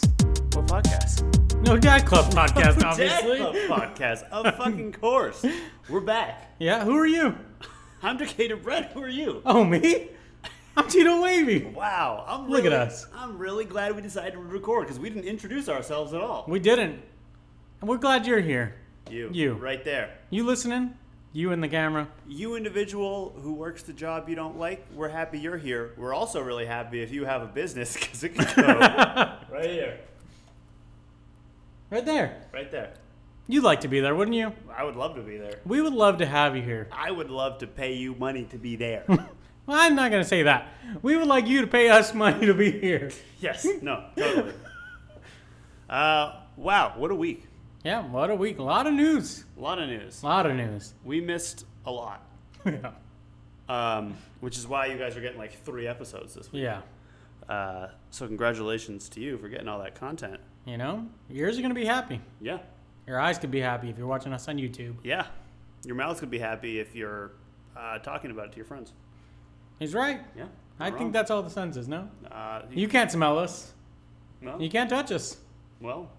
Club podcast. Uh, No Dad Club podcast, obviously. Dad Club podcast. Of fucking course. We're back. Yeah, who are you? I'm Decatur Brett. Who are you? Oh, me? I'm Tito Wavy. Wow. I'm Look at really- us. I'm really glad we decided to record because we didn't introduce ourselves at all. We didn't. And we're glad you're here. You. You. Right there. You listening? You in the camera? You individual who works the job you don't like, we're happy you're here. We're also really happy if you have a business because it could go right here. Right there. Right there. You'd like to be there, wouldn't you? I would love to be there. We would love to have you here. I would love to pay you money to be there. Well, I'm not going to say that. We would like you to pay us money to be here. yes. No, totally. Hmm? Uh, wow, what a week. Yeah, what a week. A lot of news. A lot of news. A lot of news. We missed a lot, yeah. um, which is why you guys are getting like three episodes this week. Yeah. Uh, so, congratulations to you for getting all that content. You know, yours are going to be happy. Yeah. Your eyes could be happy if you're watching us on YouTube. Yeah. Your mouth's going to be happy if you're uh, talking about it to your friends. He's right. Yeah. I you're think wrong. that's all the sense is, no? Uh, you, You can't smell us. well, You can't touch us. well,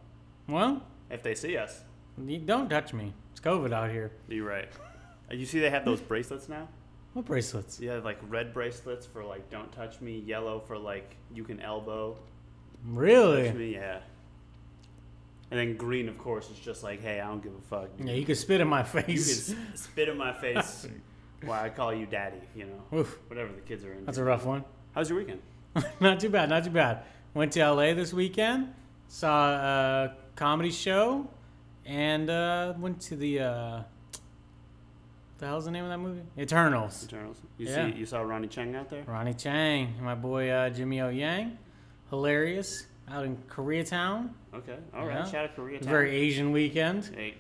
Well, if they see us, you don't touch me. It's COVID out here. you're right. Uh, You see, they have those bracelets now. What bracelets? Yeah, like red bracelets for like "Don't touch me," yellow for like "You can elbow." Touch Really? me, yeah. And then green, of course, is just like, "Hey, I don't give a fuck." Yeah, you could spit in my You can face. s- spit in my face why I call you daddy, you know. Oof, Whatever the kids are in. that's a rough one. How's your weekend? not too bad, not too bad. Went to LA this weekend, saw a comedy show, and uh, went to the. Uh, the hell's the name of that movie? Eternals. Eternals. You Yeah. see you saw Ronnie Chang out there? Ronnie Chang and my boy uh, Jimmy O Yang. Hilarious. Out in Koreatown. Okay. All right. Yeah. Shout out Koreatown. Very Asian weekend. hey.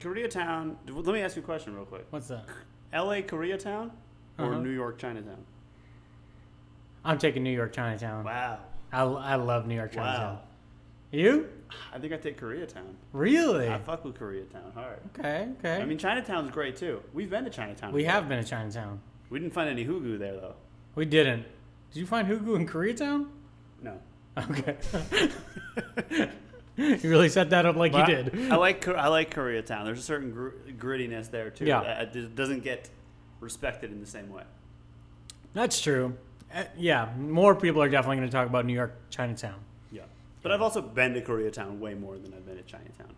Koreatown. d- Let me ask you a question real quick. What's that? LA Koreatown or Uh-huh. New York Chinatown? I'm taking New York Chinatown. Wow. I, I love New York Chinatown. Wow. You? I think I take Koreatown. Really? I fuck with Koreatown hard. okay, okay. I mean, Chinatown's great too. We've been to Chinatown. we before. have been to Chinatown. We didn't find any hugu there though. We didn't. Did you find Hugu in Koreatown? No. Okay. you really set that up like But you I- did. I like Kor- I like Koreatown. There's a certain gr- grittiness there too. Yeah. that that doesn't get respected in the same way. That's true. Uh, yeah, more people are definitely going to talk about New York Chinatown. Yeah, but I've also been to Koreatown way more than I've been to Chinatown.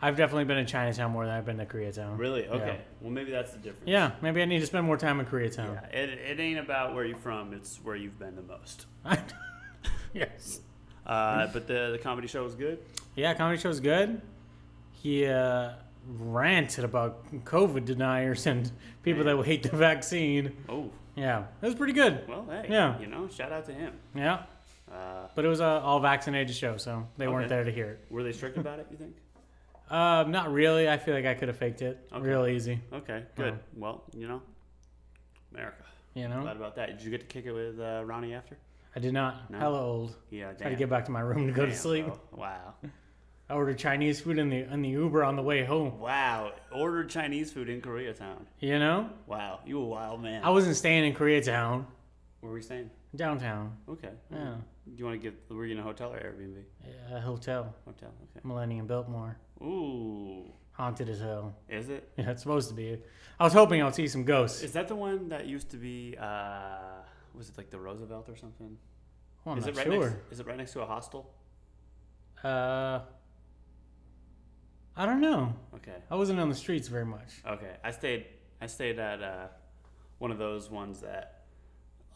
I've definitely been to Chinatown more than I've been to Koreatown. Really? Yeah. Okay. Well, maybe that's the difference. Yeah, maybe I need to spend more time in Koreatown. Yeah, It, it ain't about where you're from. It's where you've been the most. yes. Uh, Mm. but the the comedy show was good. Yeah, comedy show's good. He uh, ranted about COVID deniers and people that hate the vaccine. Oh, Yeah, it was pretty good. well, hey. Yeah. You know, shout out to him. Yeah, Uh, but it was a all vaccinated show, so they weren't Okay. there to hear it. were they strict about it? You think? Um, not really. I feel like I could have faked it Okay. real easy. Okay. Good. No. Well, you know, America. You Glad know, about that. Did you get to kick it with uh, Ronnie after? I did not. No. Hella old. Yeah, damn. Tried to get back to my room to go to Damn, sleep. bro. Wow. I ordered Chinese food in the in the Uber on the way home. Wow. Ordered Chinese food in Koreatown. You know, Wow. You a wild man. I wasn't staying in Koreatown, What were we saying? downtown. Okay. Yeah, Do you want to get, were you in a hotel or Airbnb? a hotel, Hotel. Okay. Millennium Biltmore, Ooh. haunted as hell. Is it? Yeah, it's supposed to be. I was hoping I'll see some ghosts. Is that the one that used to be, uh, was it like the Roosevelt or something? Well, I'm is not it right sure. next, is it right next to a hostel? Uh, I don't know. Okay. I wasn't on the streets very much. Okay. I stayed, I stayed at, uh, one of those ones that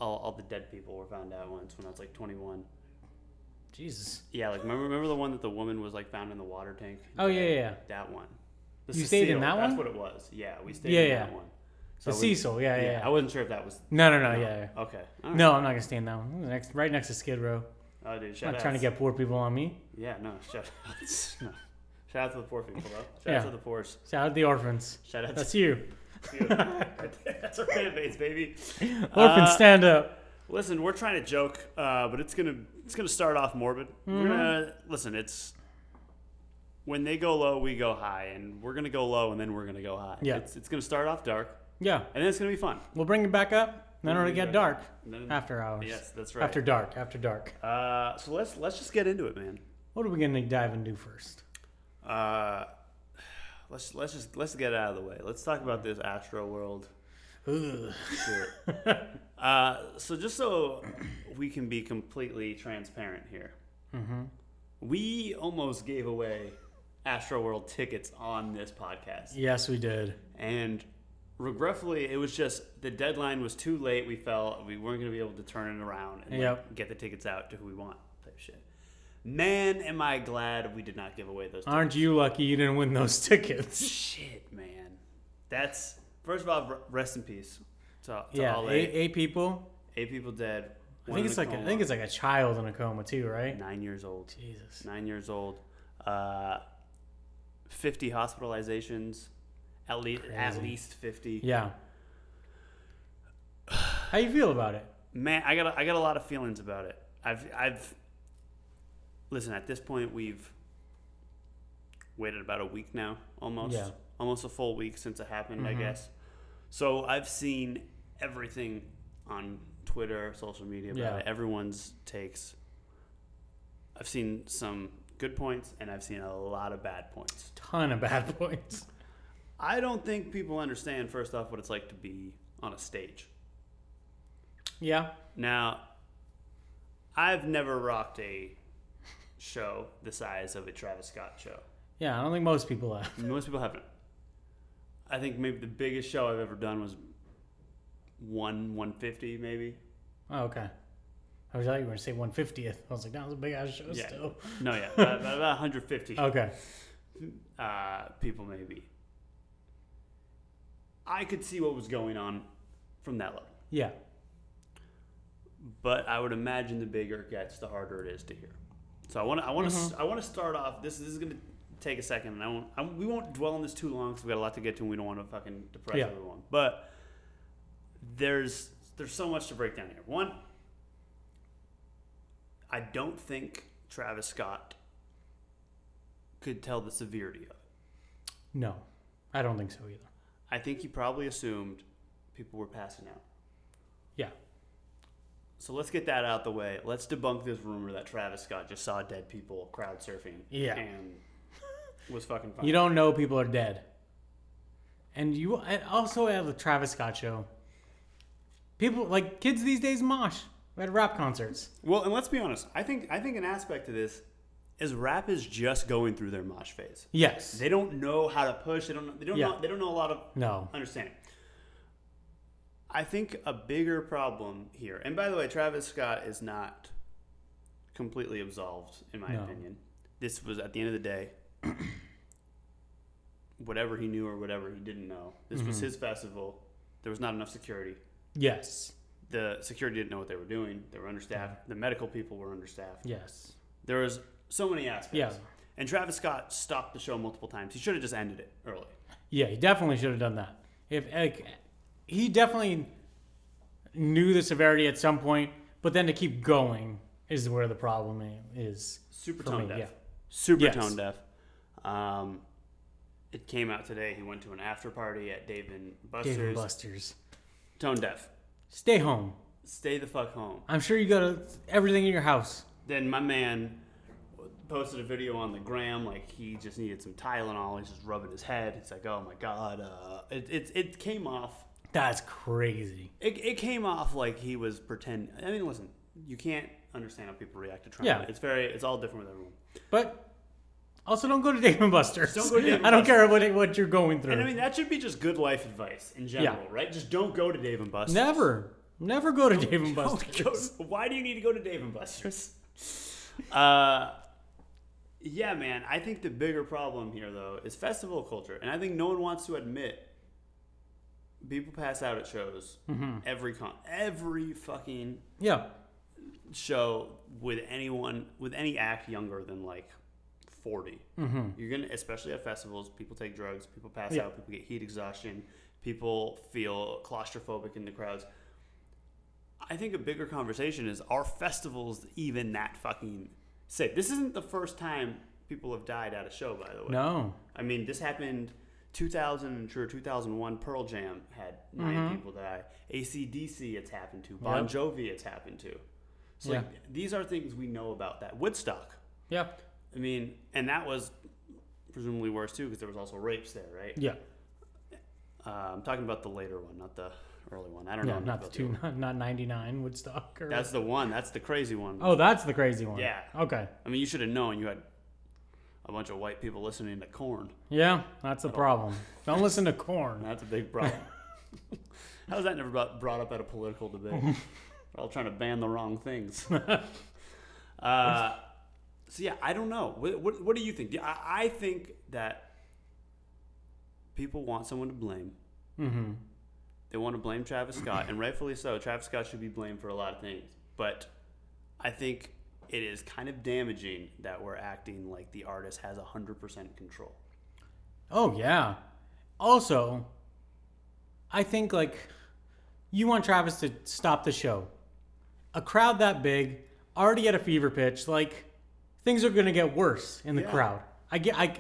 all, all the dead people were found out once when I was like 21. Jesus. Yeah, like remember, remember the one that the woman was like found in the water tank? Oh yeah, yeah, yeah. That one. The You stayed in that that's one? what it was. Yeah, we stayed Yeah, in yeah. that one. The I wasn't- Cecil. Yeah, yeah. yeah. I wasn't sure if that was. no, no, no. Yeah. yeah. Okay. all right. No, I'm not gonna stay in that one. It was Next, right next to Skid Row. Oh, dude, shout I'm out. not trying to get poor people on me. Yeah, no, shout outs. No. Shout out to the poor people, though. Shout Yeah. out to the poor's. Shout out the orphans. Shout out That's you. to you. That's our fan base, baby. Orphans, Uh, stand up. Listen, we're trying to joke, uh, but it's gonna it's gonna start off morbid. Mm-hmm. We're gonna listen. It's when they go low, we go high, and we're gonna go low, and then we're gonna go high. Yeah. It's, it's gonna start off dark, Yeah, and then it's gonna be fun. we'll bring it back up. Then it'll get dark Then- after hours. Yes, that's right. After dark. After dark. Uh, so let's let's just get into it, man. What are we gonna dive and do first? Uh, let's let's just let's get it out of the way. Let's talk about this Astro World. Ugh. shit. uh, so just so we can be completely transparent here, Mm-hmm. we almost gave away Astro World tickets on this podcast. Yes, we did. And regretfully, it was just the deadline was too late. We felt we weren't going to be able to turn it around and like, Yep. get the tickets out to who we want type shit. Man, am I glad we did not give away those. Aren't you lucky you didn't win those tickets? Shit, man. That's first of all, r- rest in peace to, to yeah, all eight, eight, eight people. eight people dead. I think it's like a, I think it's like a child in a coma too, right? nine years old. Jesus. Nine years old. Uh, fifty hospitalizations. At least at least fifty. Yeah. How you feel about it? man i got a, i got a lot of feelings about it i've i've listen at this point we've waited about a week now almost Yeah. Mm-hmm. almost a full week since it happened i guess so i've seen everything on twitter social media about Yeah. it everyone's takes i've seen some good points and i've seen a lot of bad points Ton of bad points. i don't think people understand first off what it's like to be on a stage Yeah. Now, I've never rocked a show the size of a Travis Scott show. Yeah, I don't think most people have. Most people haven't. I think maybe the biggest show I've ever done was one one fifty, maybe. Oh, okay. I was like, you were gonna say 150th. I was like, that was a big ass show Yeah. still. Oh. No, yeah, about, about 150 Okay. uh, people, maybe. I could see what was going on from that level, Yeah. but I would imagine the bigger it gets, the harder it is to hear. So I want to, I want to, I want to start off. This, this is gonna take a second, and I won't, I, we won't dwell on this too long because we got a lot to get to, and we don't want to fucking depress Yeah. everyone. But there's, there's so much to break down here. One, I don't think Travis Scott could tell the severity of it. No, I don't think so either. I think he probably assumed people were passing out. Yeah. So let's get that out the way. Let's debunk this rumor that Travis Scott just saw dead people crowd surfing. Yeah. And was fucking fine. You don't know people are dead. And you and also at the Travis Scott show. People like kids these days mosh at rap concerts. well, and let's be honest. I think I think an aspect of this is rap is just going through their mosh phase. Yes. They don't know how to push. They don't. know- They don't. Yeah. Know, they don't know a lot of No. understanding. I think a bigger problem here, and by the way, Travis Scott is not completely absolved, in my No. opinion. This was at the end of the day, whatever he knew or whatever he didn't know. This Mm-hmm. was his festival. There was not enough security. Yes. The security didn't know what they were doing. They were understaffed. The medical people were understaffed. Yes. There was so many aspects. Yeah. And Travis Scott stopped the show multiple times. He should have just ended it early. Yeah, he definitely should have done that. If like, he definitely knew the severity at some point, but then to keep going is where the problem i- is. super for tone me, deaf. yeah. Super Yes. tone deaf. Um, it came out today. He went to an after party at Dave and Buster's. Dave and Buster's. Tone deaf. Stay home. Stay the fuck home. I'm sure you got a, everything in your house. Then my man posted a video on the gram like he just needed some Tylenol. He's just rubbing his head. It's like, oh my god. Uh, it, it it came off. That's crazy. It, it came off like he was pretend. I mean, listen, you can't understand how people react to trauma. Yeah. It's very. It's all different with everyone. But also, don't go to Dave and Buster's. Don't go to Dave and I don't Buster's. care what what you're going through. And I mean, that should be just good life advice in general, right? Just don't go to Dave and Buster's. never, never go to Dave and Buster's. Go- why do you need to go to Dave and Buster's? Uh, yeah, man. I think the bigger problem here, though, is festival culture, and I think no one wants to admit people pass out at shows every con, every fucking Yeah, show with anyone with any act younger than like 40 you're gonna especially at festivals people take drugs people pass Yeah. out people get heat exhaustion people feel claustrophobic in the crowds i think a bigger conversation is are festivals even that fucking safe this isn't the first time people have died at a show by the way no, i mean this happened 2000 or 2001 Pearl Jam had 9 people die. ACDC it's happened to. Bon Mm-hmm. Yep. Jovi it's happened to. So like, these are things we know about that. Woodstock. Yeah. I mean, and that was presumably worse too because there was also rapes there, right? Yeah. Uh, I'm talking about the later one, not the early one. I don't know. Yeah. enough Not the about two. Not, not ninety nine Woodstock. Or, That's the one. That's the crazy one. oh, that's the crazy one. Yeah. Okay. I mean, you should have known you had a bunch of white people listening to corn. Yeah. That's the problem. Don't listen to corn. That's a big problem. How's that never brought, brought up at a political debate? We're all trying to ban the wrong things. Mm-hmm. uh, so yeah, I don't know. What, what, what do you think? Do- I, I think that people want someone to blame. Mm-hmm. They want to blame Travis Scott, and rightfully so. Travis Scott should be blamed for a lot of things, but I think it is kind of damaging that we're acting like the artist has hundred percent control. Oh yeah. Also, I think like you want Travis to stop the show. A crowd that big, already at a fever pitch, like things are gonna get worse in the Yeah. crowd. I get I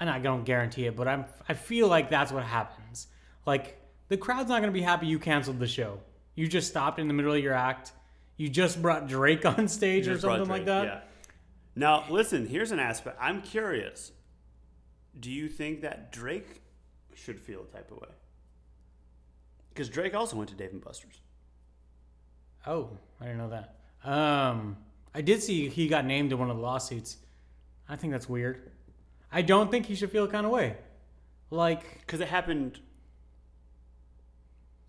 and I don't guarantee it, but I'm I feel like that's what happens. Like the crowd's not gonna be happy you canceled the show. You just stopped in the middle of your act. You just brought Drake on stage or Just broad something like trade, that. Yeah. Now, listen, here's an aspect. I'm curious. Do you think that Drake should feel a type of way? Because Drake also went to Dave and Buster's. Oh, I didn't know that. Um, I did see he got named in one of the lawsuits. I think that's weird. I don't think he should feel kind of way. Like, Because it happened,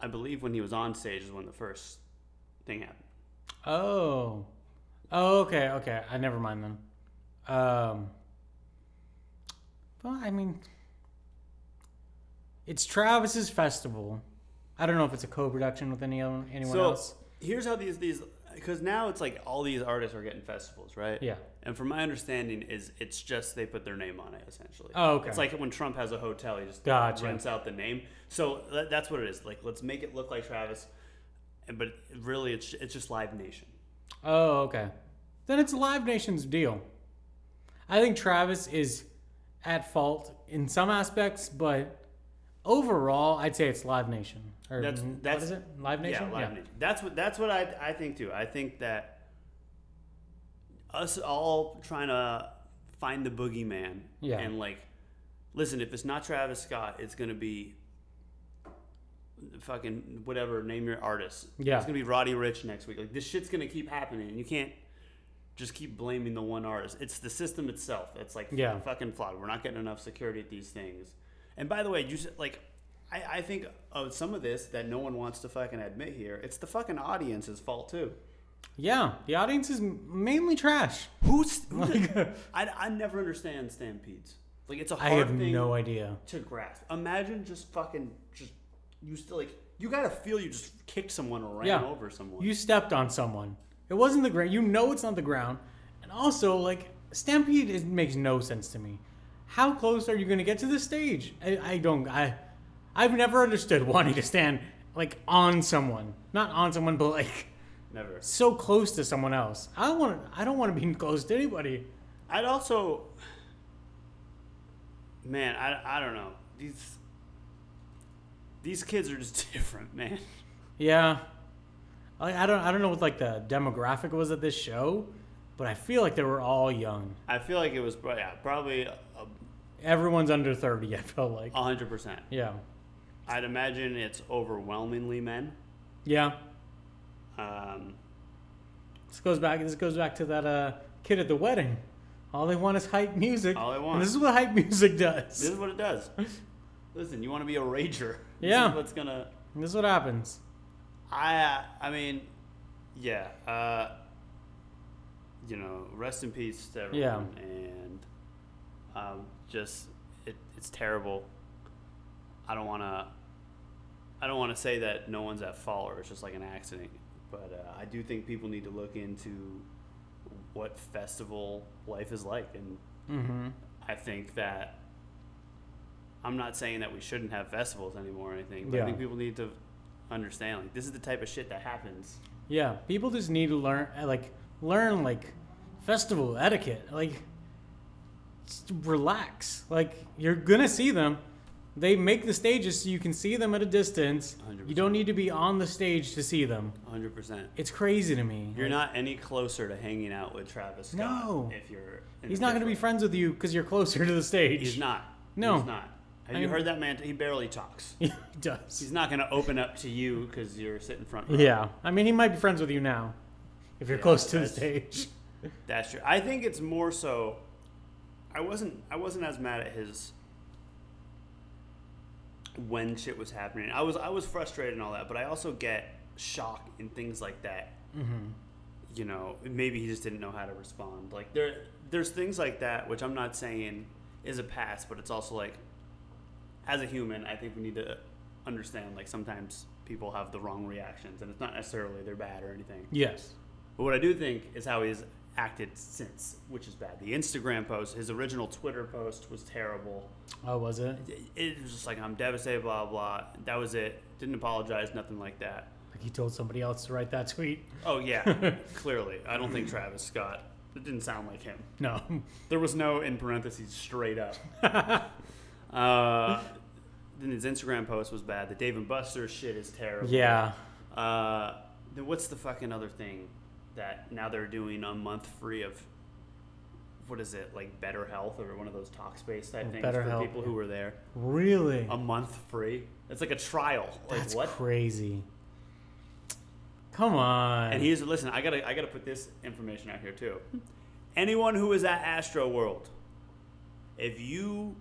I believe, when he was on stage is when the first thing happened. oh, oh, okay, okay. I never mind then. Um, well, I mean, it's Travis's festival. I don't know if it's a co-production with any anyone anyone so else. here's how these these because now it's like all these artists are getting festivals, right? Yeah. And from my understanding, is it's just they put their name on it essentially. Oh, okay. It's like when Trump has a hotel, he just Gotcha. rents out the name. So that, that's what it is. Like, let's make it look like Travis, and but really, it's it's just Live Nation. Oh, okay. Then it's Live Nation's deal. I think Travis is at fault in some aspects, but overall, I'd say it's Live Nation. Or That's- what that's- is it? Live Nation. Yeah, Live Nation. That's what that's what I I think too. I think that us all trying to find the boogeyman Yeah. and like listen, if it's not Travis Scott, it's gonna be fucking whatever, name your artist. Yeah. It's gonna be Roddy Rich next week. Like this shit's gonna keep happening and you can't just keep blaming the one artist. It's the system itself that's like Yeah. fucking flawed. We're not getting enough security at these things. And by the way, you said like I, I think of some of this that no one wants to fucking admit here. It's the fucking audience's fault too. Yeah, the audience is mainly trash. Who's who Like- did- I, I never understand stampedes. Like it's a I hard have thing no idea. to grasp. Imagine just fucking just you still like you gotta feel you just kicked someone or ran Yeah. over someone. You stepped on someone. It wasn't the ground. You know it's not the ground. And also, like, Stampede is, makes no sense to me. How close are you going to get to the stage? I, I don't. I, I've never understood wanting to stand, like, on someone. Not on someone, but, like, never. so close to someone else. I don't want to. I don't want to be close to anybody. I'd also, man, I, I don't know these these kids are just different, man. Yeah. I, I don't. I don't know what like the demographic was at this show, but I feel like they were all young. I feel like it was pro- yeah, probably a Everyone's under thirty. I felt like. hundred percent. Yeah. I'd imagine it's overwhelmingly men. Yeah. Um, This goes back. This goes back to that uh, kid at the wedding. All they want is hype music. All they And want. this is what hype music does. this is what it does. Listen, you want to be a rager? This Yeah. is what's gonna? And this is what happens. I uh, I mean, yeah. Uh, you know, rest in peace to everyone. And um, just it, it's terrible. I don't want to. I don't want to say that no one's at fault or it's just like an accident, but uh, I do think people need to look into what festival life is like, and Mm-hmm. I think that I'm not saying that we shouldn't have festivals anymore or anything, but I Yeah. think people need to understand like this is the type of shit that happens. Yeah. People just need to learn, uh, like, learn like festival etiquette. Like, just relax. Like, you're gonna see them. They make the stages so you can see them at a distance. You don't 100%. need to be on the stage to see them. 100%. It's crazy to me. You're not any closer to hanging out with Travis Scott. No. If you're. in He's the not going to be picture. friends with you because you're closer to the stage. He's not. No. He's not. Have I you mean- heard that man? He barely talks. he does. He's not going to open up to you because you're sitting front. row. Yeah. I mean, he might be friends with you now if you're Yeah, close to the that's- stage. That's true. I think it's more so. I wasn't. I wasn't as mad at his when shit was happening. I was. I was frustrated and all that, but I also get shock and things like that. You know, maybe he just didn't know how to respond. Like there, there's things like that which I'm not saying is a pass, but it's also like, as a human, I think we need to understand like sometimes people have the wrong reactions, and it's not necessarily they're bad or anything. Yes. But what I do think is how he's acted since, which is bad. The Instagram post, his original Twitter post was terrible. Oh, was it? It- It was just like, I'm devastated, blah, blah. That was it. Didn't apologize, nothing like that. Like he told somebody else to write that tweet? Oh, yeah, clearly. I don't think Travis Scott, it didn't sound like him. No. There was no, in parentheses, straight up. Uh, then his Instagram post was bad. The Dave and Buster's shit is terrible. yeah. Uh, then what's the fucking other thing that now they're doing a month free of? What is it like Better Health or one of those Talkspace type things Better for Health, people who were there? Really? A month free. It's like a trial. Like That's what? crazy. Come on. and he's listen. I gotta I gotta put this information out here too. Anyone who is at Astro World, if you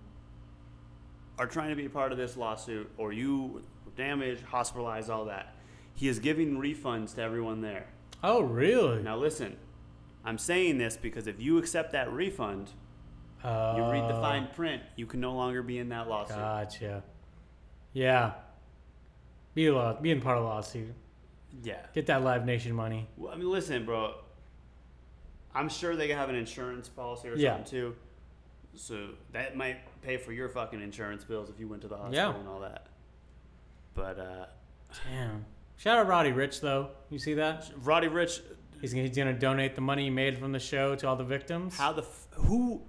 are trying to be a part of this lawsuit or you were damaged, hospitalized, all that, he is giving refunds to everyone there. oh, really? Now listen, I'm saying this because if you accept that refund, Uh, you read the fine print, you can no longer be in that lawsuit. Gotcha. Yeah. Be a law, be in part of the lawsuit. Yeah. Get that Live Nation money. Well, I mean, listen, bro. I'm sure they have an insurance policy or Yeah. something too. So that might pay for your fucking insurance bills if you went to the hospital Yeah. and all that. But uh, Damn. Shout out Roddy Rich though. You see that? Roddy Rich, He's gonna, he's gonna donate the money he made from the show to all the victims. how the f- who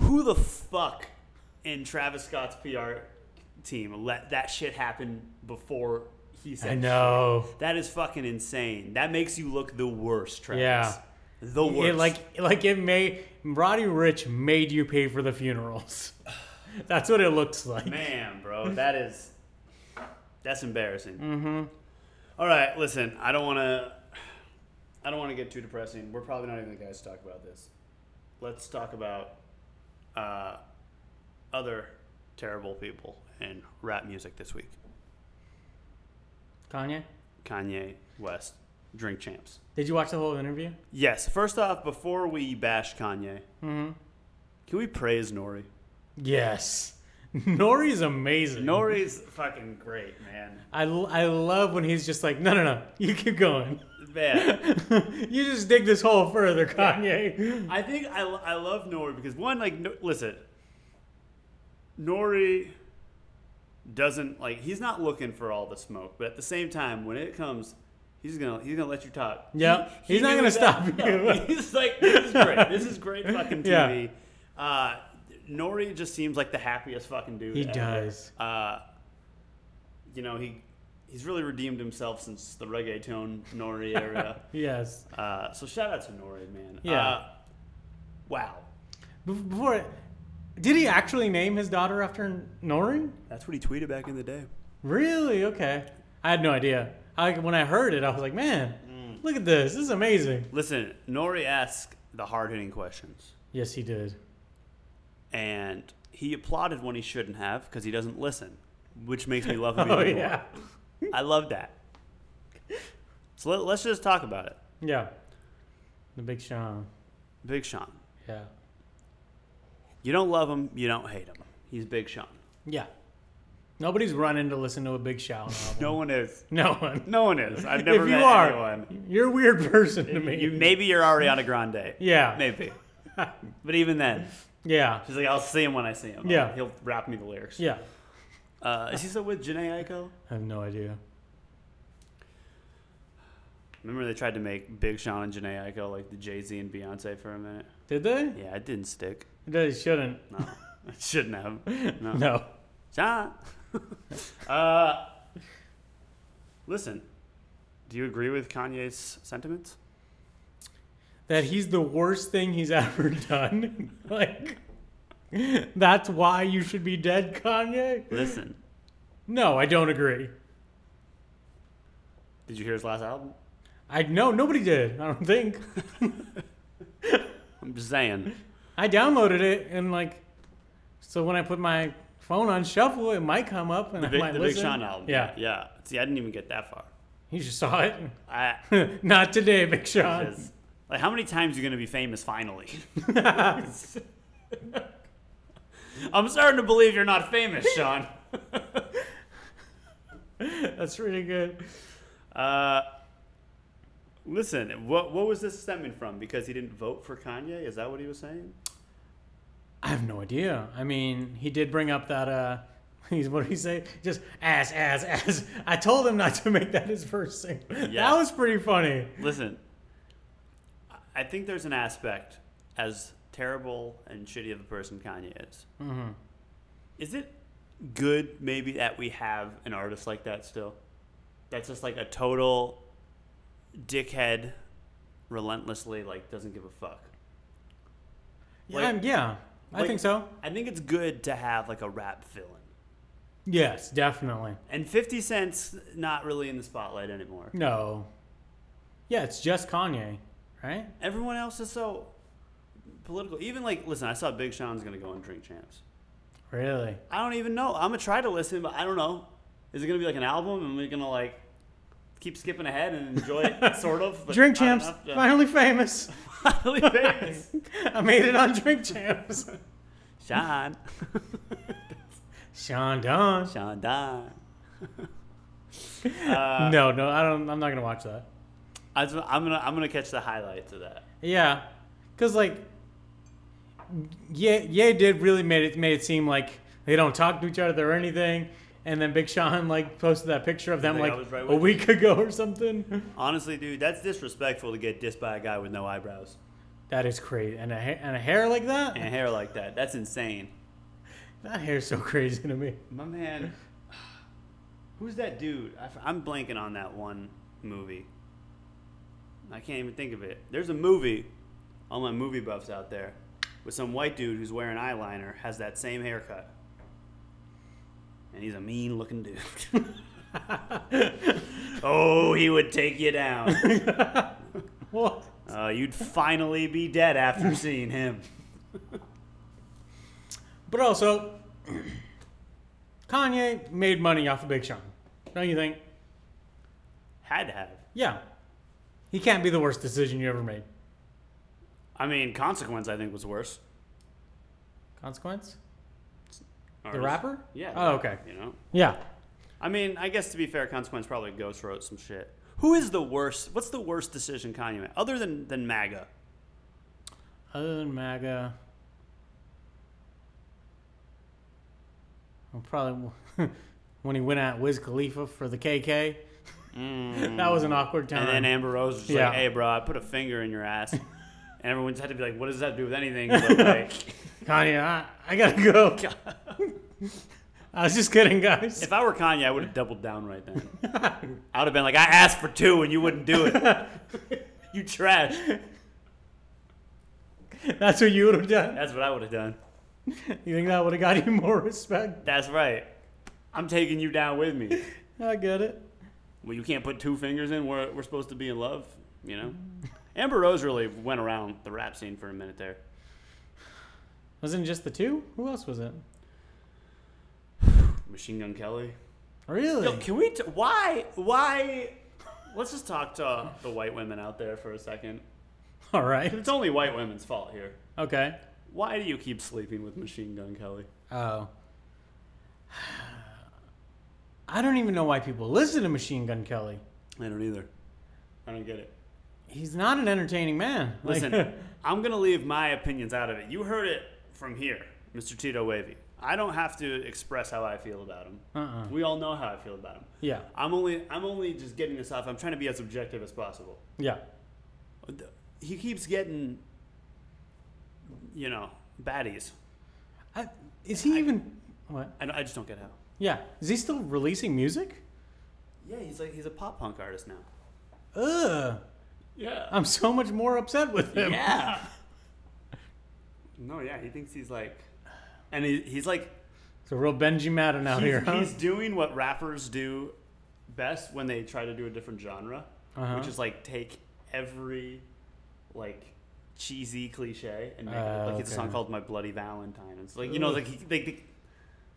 who the fuck in Travis Scott's PR team let that shit happen before he said I shit? know. That is fucking insane. That makes you look the worst, Travis. Yeah. The worst. It, like like it made Roddy Rich made you pay for the funerals. That's what it looks like. man, bro, that is that's embarrassing. Mm-hmm. All right, listen, I don't want to I don't want to get too depressing. We're probably not even the guys to talk about this. Let's talk about uh, other terrible people in rap music this week. Kanye, Kanye West, Drink Champs. did you watch the whole interview? Yes, first off, before we bash Kanye, Mm-hmm. can we praise Nori? Yes. Nori's amazing. Nori's fucking great, man. I, l- I love when he's just like, no, no, no, you keep going. Man, you just dig this hole further, Kanye. I think I, lo- I love Nori because one like no, listen, Nori doesn't like he's not looking for all the smoke, but at the same time, when it comes, he's gonna he's gonna let you talk. Yep. He- He's he not knew gonna that- stop No, you. he's like this is great. This is great fucking TV. Uh, Nori just seems like the happiest fucking dude. He ever. does. Uh, you know he he's really redeemed himself since the reggaeton Nori era. Yes. Uh, so shout out to Nori, man. Yeah. Uh, wow. Be- Before, did he actually name his daughter after Nori? That's what he tweeted back in the day. Really? Okay. I had no idea. I, when I heard it, I was like, man, look at this. This is amazing. Listen, Nori asked the hard hitting questions, Yes, he did. and he applauded when he shouldn't have because he doesn't listen, which makes me love him Oh, even yeah. more. I love that. So let, let's just talk about it. Yeah. The Big Sean. Big Sean. Yeah. You don't love him, you don't hate him. He's Big Sean. Yeah. Nobody's running to listen to a Big Sean album. No one is. No one. No one is. I've never if you met are, anyone. you're a weird person to me. You, maybe you're Ariana Grande. yeah. Maybe. but even then, Yeah. she's like, I'll see him when I see him. Yeah. He'll rap me the lyrics. Yeah. Uh, is he still with Janae Aiko? I have no idea. Remember they tried to make Big Sean and Janae Aiko like the Jay Z and Beyonce for a minute. Did they? Yeah, it didn't stick. They shouldn't. No, it shouldn't have. No. No. John. uh, listen, do you agree with Kanye's sentiments? that he's the worst thing he's ever done. like, that's why you should be dead, Kanye? Listen, No, I don't agree. did you hear his last album? I no, nobody did. I don't think. I'm just saying. I downloaded it and like, so when I put my phone on shuffle, it might come up and The, I Big- might the Big listen. Sean album. Yeah, Yeah. See, I didn't even get that far. you just saw it. I, Not today, Big Sean. because, like, how many times are you going to be famous finally? I'm starting to believe you're not famous, Sean. That's really good. Uh, listen, what, what was this stemming from? Because he didn't vote for Kanye? Is that what he was saying? I have no idea. I mean, he did bring up that uh he's what did he say? Just ass, ass, ass. I told him not to make that his first single. Yeah. That was pretty funny. Listen, I- I think there's an aspect, as terrible and shitty of a person Kanye is. Is it good maybe that we have an artist like that still? That's just like a total dickhead, relentlessly like doesn't give a fuck. Yeah, Like- I'm- yeah. I like- think so. I think it's good to have like a rap villain. Yes, definitely. And 50 Cent's not really in the spotlight anymore. No. Yeah, it's just Kanye, right? Everyone else is so political. Even like, listen, I saw Big Sean's gonna go on Drink Champs. Really? I don't even know. I'm gonna try to listen, but I don't know. Is it gonna be like an album, and we're gonna like keep skipping ahead and enjoy it, sort of? but Drink not Champs, enough to- finally famous. finally famous. I made it on Drink Champs. Sean, Sean Don. Sean Don. uh, no, no, I don't. I'm not gonna watch that. I just, I'm gonna I'm gonna catch the highlights of that. Yeah, because like, yeah, yeah, did really made it made it seem like they don't talk to each other or anything. And then Big Sean like posted that picture of them think I like was right a with week ago or something. Honestly, dude, that's disrespectful to get dissed by a guy with no eyebrows That is crazy. And a ha- and a hair like that. and hair like that. That's insane. That hair's so crazy to me. My man, who's that dude? I f- I'm blanking on that one movie. I can't even think of it. There's a movie, all my movie buffs out there, with some white dude who's wearing eyeliner, has that same haircut. And he's a mean looking dude. oh, he would take you down. What? Uh, you'd finally be dead after seeing him. But also, Kanye made money off of Big Sean. Don't you think? Had to have. Yeah, he can't be the worst decision you ever made. I mean, Consequence, I think, was worse. Consequence? The Artist. rapper? Yeah. Oh, okay. You know? Yeah. I mean, I guess to be fair, Consequence probably ghost wrote some shit. Who is the worst? What's the worst decision Kanye made? Other than, than MAGA. Other than MAGA, well, probably when he went at Wiz Khalifa for the KK. that was an awkward time. Mm. And then Amber Rose was just Yeah. like, hey, bro, I put a finger in your ass. and everyone's had to be like, what does that do with anything? But like, Kanye, I, I gotta go. I was just kidding, guys. if I were Kanye, I would have doubled down right then. I would have been like, I asked for two and you wouldn't do it. you trash. That's what you would have done. That's what I would have done. You think that would have got you more respect? That's right. I'm taking you down with me. I get it. Well, you can't put two fingers in. We're, we're supposed to be in love, you know? Amber Rose really went around the rap scene for a minute there. Wasn't it just the two? Who else was it? Machine Gun Kelly. Really? Yo, can we? T- why? Why? Let's just talk to the white women out there for a second. All right. It's only white women's fault here. Okay. Why do you keep sleeping with Machine Gun Kelly? Oh. I don't even know why people listen to Machine Gun Kelly. I don't either. I don't get it. He's not an entertaining man. Like- Listen, I'm gonna leave my opinions out of it. You heard it from here, Mr. Tito Wavy. I don't have to express how I feel about him. Uh-uh. We all know how I feel about him. yeah. I'm only I'm only just getting this off. I'm trying to be as objective as possible. Yeah. He keeps getting, you know, baddies. I, is he even? What? I, don't- I just don't get how. Yeah. Is he still releasing music? Yeah, he's like he's a pop punk artist now. Ugh. Yeah. I'm so much more upset with him. Yeah. no, yeah, he thinks he's like, and he, he's like, It's a real Benji Madden out he's, here, huh? he's doing what rappers do best when they try to do a different genre, Uh-huh. which is like take every like cheesy cliche and make Uh, it like it's a song okay. called "My Bloody Valentine." It's like you know, Ugh. like he, they, they,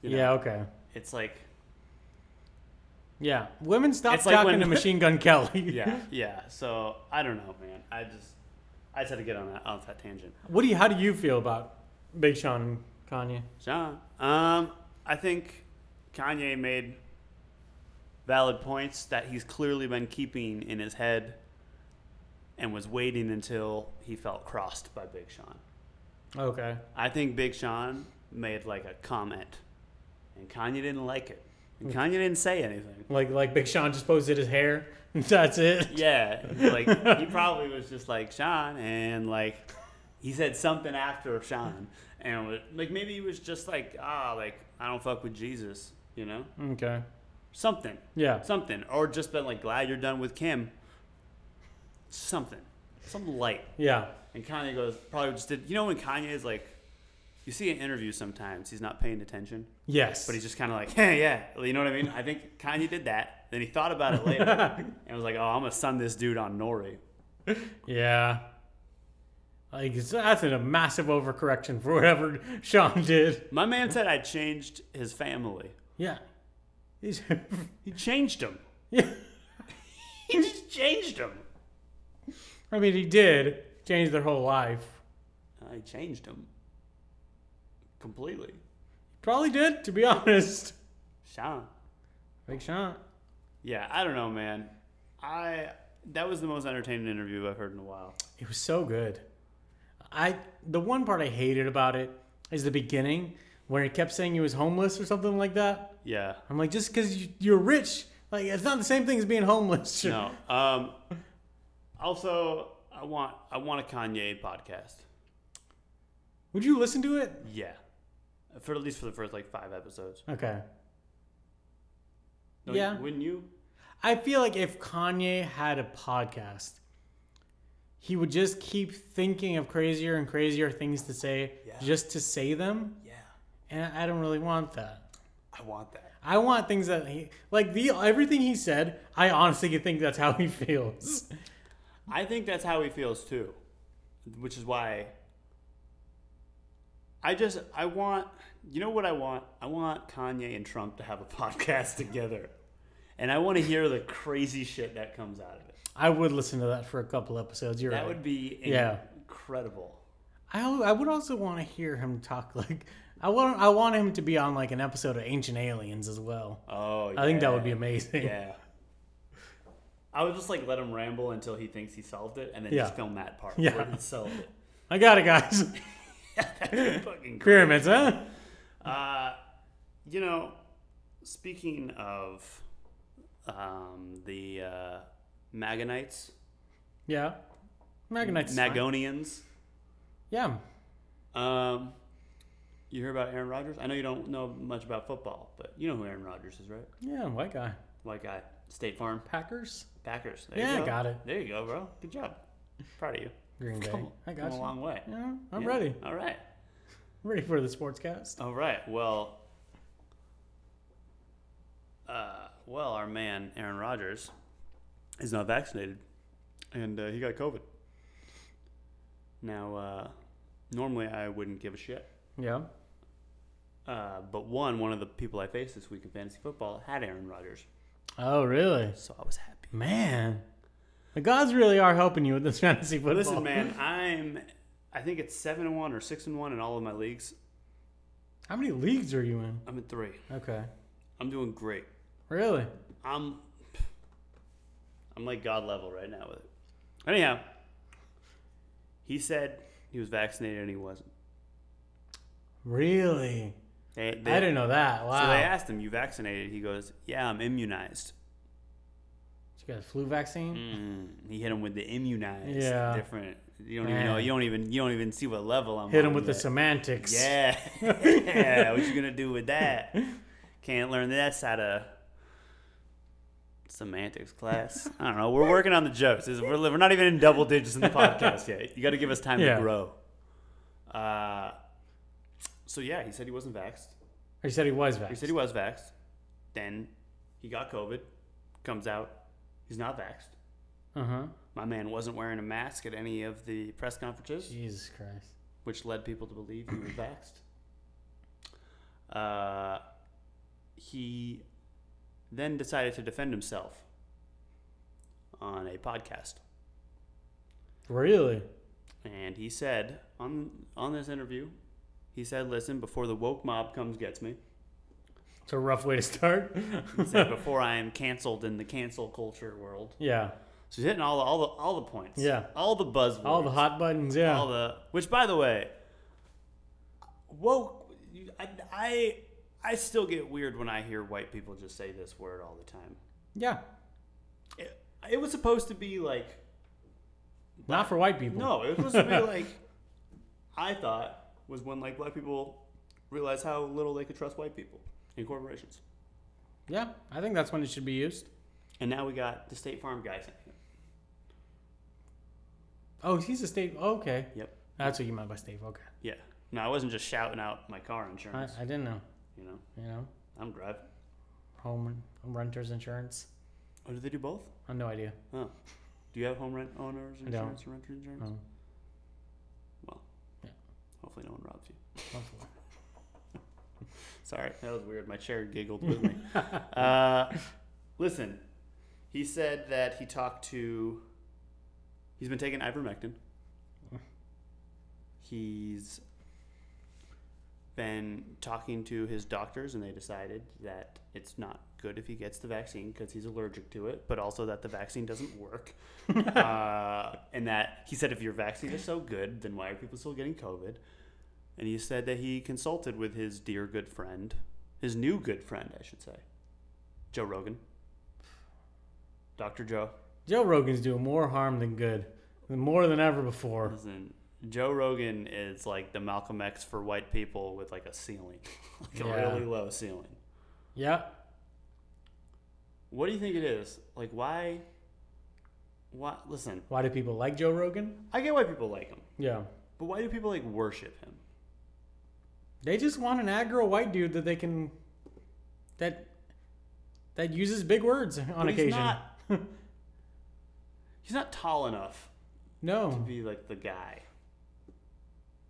you know, Yeah, okay. it's like Yeah. Women stop It's like talking when- to Machine Gun Kelly. yeah, yeah. So I don't know, man. I just I just had to get on that off that tangent. What do you, how do you feel about Big Sean and Kanye? John, um, I think Kanye made valid points that he's clearly been keeping in his head and was waiting until he felt crossed by Big Sean. Okay. I think Big Sean made like a comment and Kanye didn't like it. And Kanye didn't say anything. Like like Big Sean just posted his hair. That's it. Yeah, like he probably was just like Sean, and like he said something after Sean, and was, like maybe he was just like ah, like I don't fuck with Jesus, you know, Okay. something, Yeah. something, or just been like glad you're done with Kim, something, something light. Yeah. And Kanye goes probably just did you know when Kanye is like, you see an interview sometimes he's not paying attention, Yes. but he's just kind of like hey yeah, you know what I mean? I think Kanye did that. Then he thought about it later and was like, oh, I'm gonna sun this dude on Nori. yeah. Like it's, that's a massive overcorrection for whatever Sean did. My man said I changed his family. Yeah. He's He changed him. yeah. He just changed him. I mean, he did change their whole life. I changed him. Completely. Probably did, to be honest. Sean. Big Sean. Yeah, I don't know, man. I that was the most entertaining interview I've heard in a while. It was so good. I the one part I hated about it is the beginning where he kept saying he was homeless or something like that. Yeah. I'm like, just because you, you're rich, like it's not the same thing as being homeless. No. Um also I want I want a Kanye podcast. Would you listen to it? Yeah. For at least for the first like five episodes. Okay. Don't- Yeah. Wouldn't you? I feel like if Kanye had a podcast, he would just keep thinking of crazier and crazier things to say Yeah. just to say them, Yeah. and I don't really want that. I want that. I want things that he like the everything he said. I honestly could think that's how he feels. I think that's how he feels too, which is why I just I want you know what I want? I want Kanye and Trump to have a podcast together. And I want to hear the crazy shit that comes out of it. I would listen to that for a couple episodes. You're That right. would be Yeah. incredible. I al- I would also want to hear him talk like I want I want him to be on like an episode of Ancient Aliens as well. Oh, yeah. I think that would be amazing. Yeah. I would just like let him ramble until he thinks he solved it and then Yeah. just film that part Yeah. where he solved it. I got it, guys. Fucking great. Pyramids, huh? Uh, you know, speaking of um, the uh, Magonites, Yeah. Magnite. Magonians, Yeah. um, you hear about Aaron Rodgers? I know you don't know much about football, but you know who Aaron Rodgers is, right? Yeah, white guy. White guy, State Farm, Packers. Packers. There Yeah, you I go. got it. There you go, bro. Good job. Proud of you. Green Bay. Come, I got come a you. long way. Yeah, I'm Yeah. ready. All right. I'm ready for the sportscast. All right. Well, uh, well, our man Aaron Rodgers is not vaccinated, and uh, he got COVID. Now, uh, normally I wouldn't give a shit, Yeah. uh, but one one of the people I faced this week in fantasy football had Aaron Rodgers, Oh, really? so I was happy. Man. The gods really are helping you with this fantasy football. But listen, man, I'm I think it's seven and one or six and one in all of my leagues. How many leagues are you in? I'm at three. Okay. I'm doing great. Really? I'm I'm like God level right now with it. Anyhow, he said he was vaccinated and he wasn't. Really? They, I didn't know that. Wow. So they asked him, "You vaccinated?" He goes, "Yeah, I'm immunized." you got a flu vaccine? Mm-hmm. Mm. He hit him with the immunized. Yeah. Different. You don't even know. Man. You don't even you don't even see what level I'm. Hit him on with the yet. semantics. Yeah. yeah. What you gonna do with that? Can't learn this out of semantics class. I don't know. We're working on the jokes. This is- We're, we're not even in double digits in the podcast yet. You got to give us time Yeah. to grow. Uh, so yeah, he said he wasn't vaxxed. Or he said he was vaxxed. He said he was vaxxed. Then he got COVID. Comes out, he's not vaxxed. Uh-huh. My man wasn't wearing a mask at any of the press conferences Jesus Christ. which led people to believe he was vaxxed. Uh, he then decided to defend himself on a podcast. Really? And he said on on this interview, he said, "Listen, before the woke mob comes gets me, It's a rough way to start. he said, before I am canceled in the cancel culture world." yeah. So he's hitting all the all the all the points. Yeah. all the buzzwords. All the hot buttons, yeah. all the which by the way woke I, I i still get weird when i hear white people just say this word all the time yeah. it, it was supposed to be like Not for white people. no it was supposed to be like i thought was when like black people realized how little they could trust white people in corporations Yeah, I think that's when it should be used. and now we got the state farm guys Oh, he's a state. oh, okay. yep That's what you meant by state. Okay. yeah no i wasn't just shouting out my car I, insurance I didn't know. you know You know, i'm driving home renters insurance. oh do they do both I have no idea. oh do you have home rent owners I don't. insurance or renter insurance No. Well, Yeah. hopefully no one robs you. Hopefully. Sorry, that was weird. My chair giggled with me. uh, listen, he said that he talked to. He's been taking ivermectin. He's been talking to his doctors, and they decided that it's not good if he gets the vaccine because he's allergic to it, but also that the vaccine doesn't work. uh, and that he said, if your vaccine is so good, then why are people still getting COVID? And he said that he consulted with his dear good friend, his new good friend, I should say, Joe Rogan. Dr. Joe. Joe Rogan's doing more harm than good, more than ever before. Listen, Joe Rogan is like the Malcolm X for white people with like a ceiling, like Yeah. a really low ceiling. Yeah. What do you think it is? Like, why? Why? Listen, Why do people like Joe Rogan? I get why people like him, Yeah. but why do people like worship him? They just want an aggro white dude that they can, that, that uses big words on But he's occasion. not- He's not tall enough to no. be like the guy.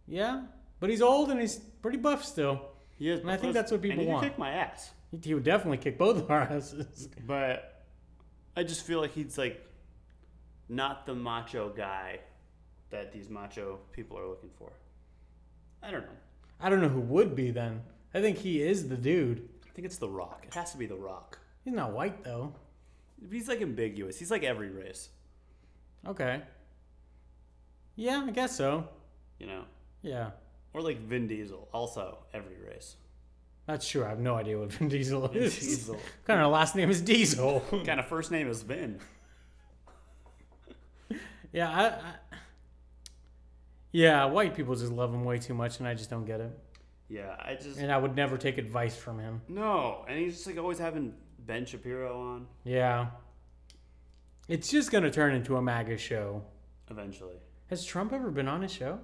Yeah. But he's old and he's pretty buff still. He is, And I think that's what people and he want. Could kick my ass. He, he would definitely kick both of our asses. But I just feel like he's like not the macho guy that these macho people are looking for. I don't know. I don't know who would be then. I think he is the dude. I think it's The Rock. It has to be The Rock. He's not white though. He's like ambiguous. He's like every race, Okay. Yeah, I guess so. you know? Yeah. Or like Vin Diesel, also every race. Not sure. I have no idea what Vin Diesel is. Diesel. kind of last name is Diesel. kind of first name is Vin. yeah, I, I. Yeah, white people just love him way too much, and I just don't get it. Yeah, I just. And I would never take advice from him. No. And he's just like always having Ben Shapiro on Yeah. It's just gonna turn into a MAGA show. eventually. Has Trump ever been on his show?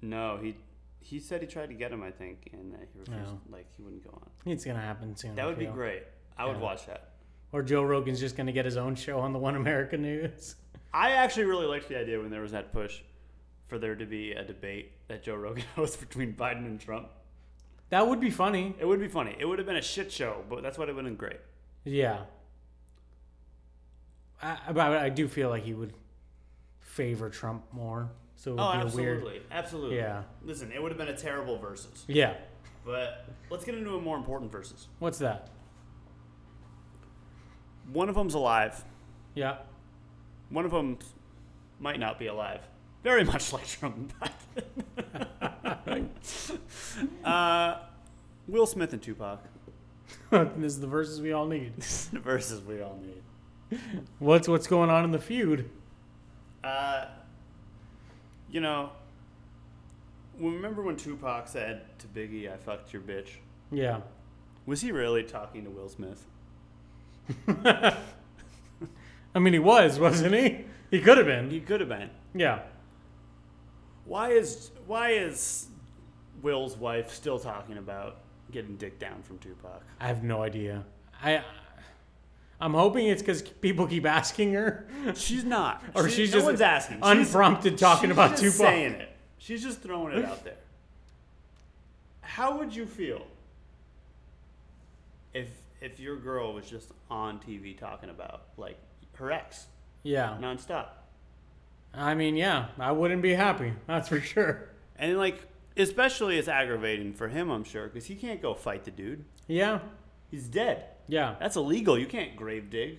No, he. He said he tried to get him, I think, and that he refused. No. Like he wouldn't go on. It's gonna happen soon. That I would be feel. great. I would Yeah. watch that. Or Joe Rogan's just going to get his own show on the One America News. I actually really liked the idea when there was that push for there to be a debate that Joe Rogan hosts between Biden and Trump. That would be funny. It would be funny. It would have been a shit show, but that's what it would have been great. Yeah. I, I- but I do feel like he would favor Trump more. So it would Oh, be a weird. absolutely. Absolutely. Yeah. Listen, it would have been a terrible versus. Yeah. But let's get into a more important versus. What's that? One of them's alive. Yeah. One of them might not be alive. Very much like Trump and Biden. uh, Will Smith and Tupac. this is the verses we all need. The verses we all need. What's what's going on in the feud? Uh, you know, remember when Tupac said to Biggie, "I fucked your bitch." Yeah. Was he really talking to Will Smith? I mean, he was, wasn't he? He could have been. He could have been. Yeah. Why is why is Will's wife still talking about getting dick down from Tupac? I have no idea. I. I'm hoping it's because people keep asking her, She's not. or She- she's no just one's asking. She's- unprompted talking she's about just Tupac. saying it. She's just throwing it out there. How would you feel if if your girl was just on TV talking about like her ex Yeah. nonstop? I mean, yeah, I wouldn't be happy. That's for sure. And like, especially it's aggravating for him, I'm sure, because he can't go fight the dude. Yeah. He's dead. Yeah. That's illegal. You can't grave dig.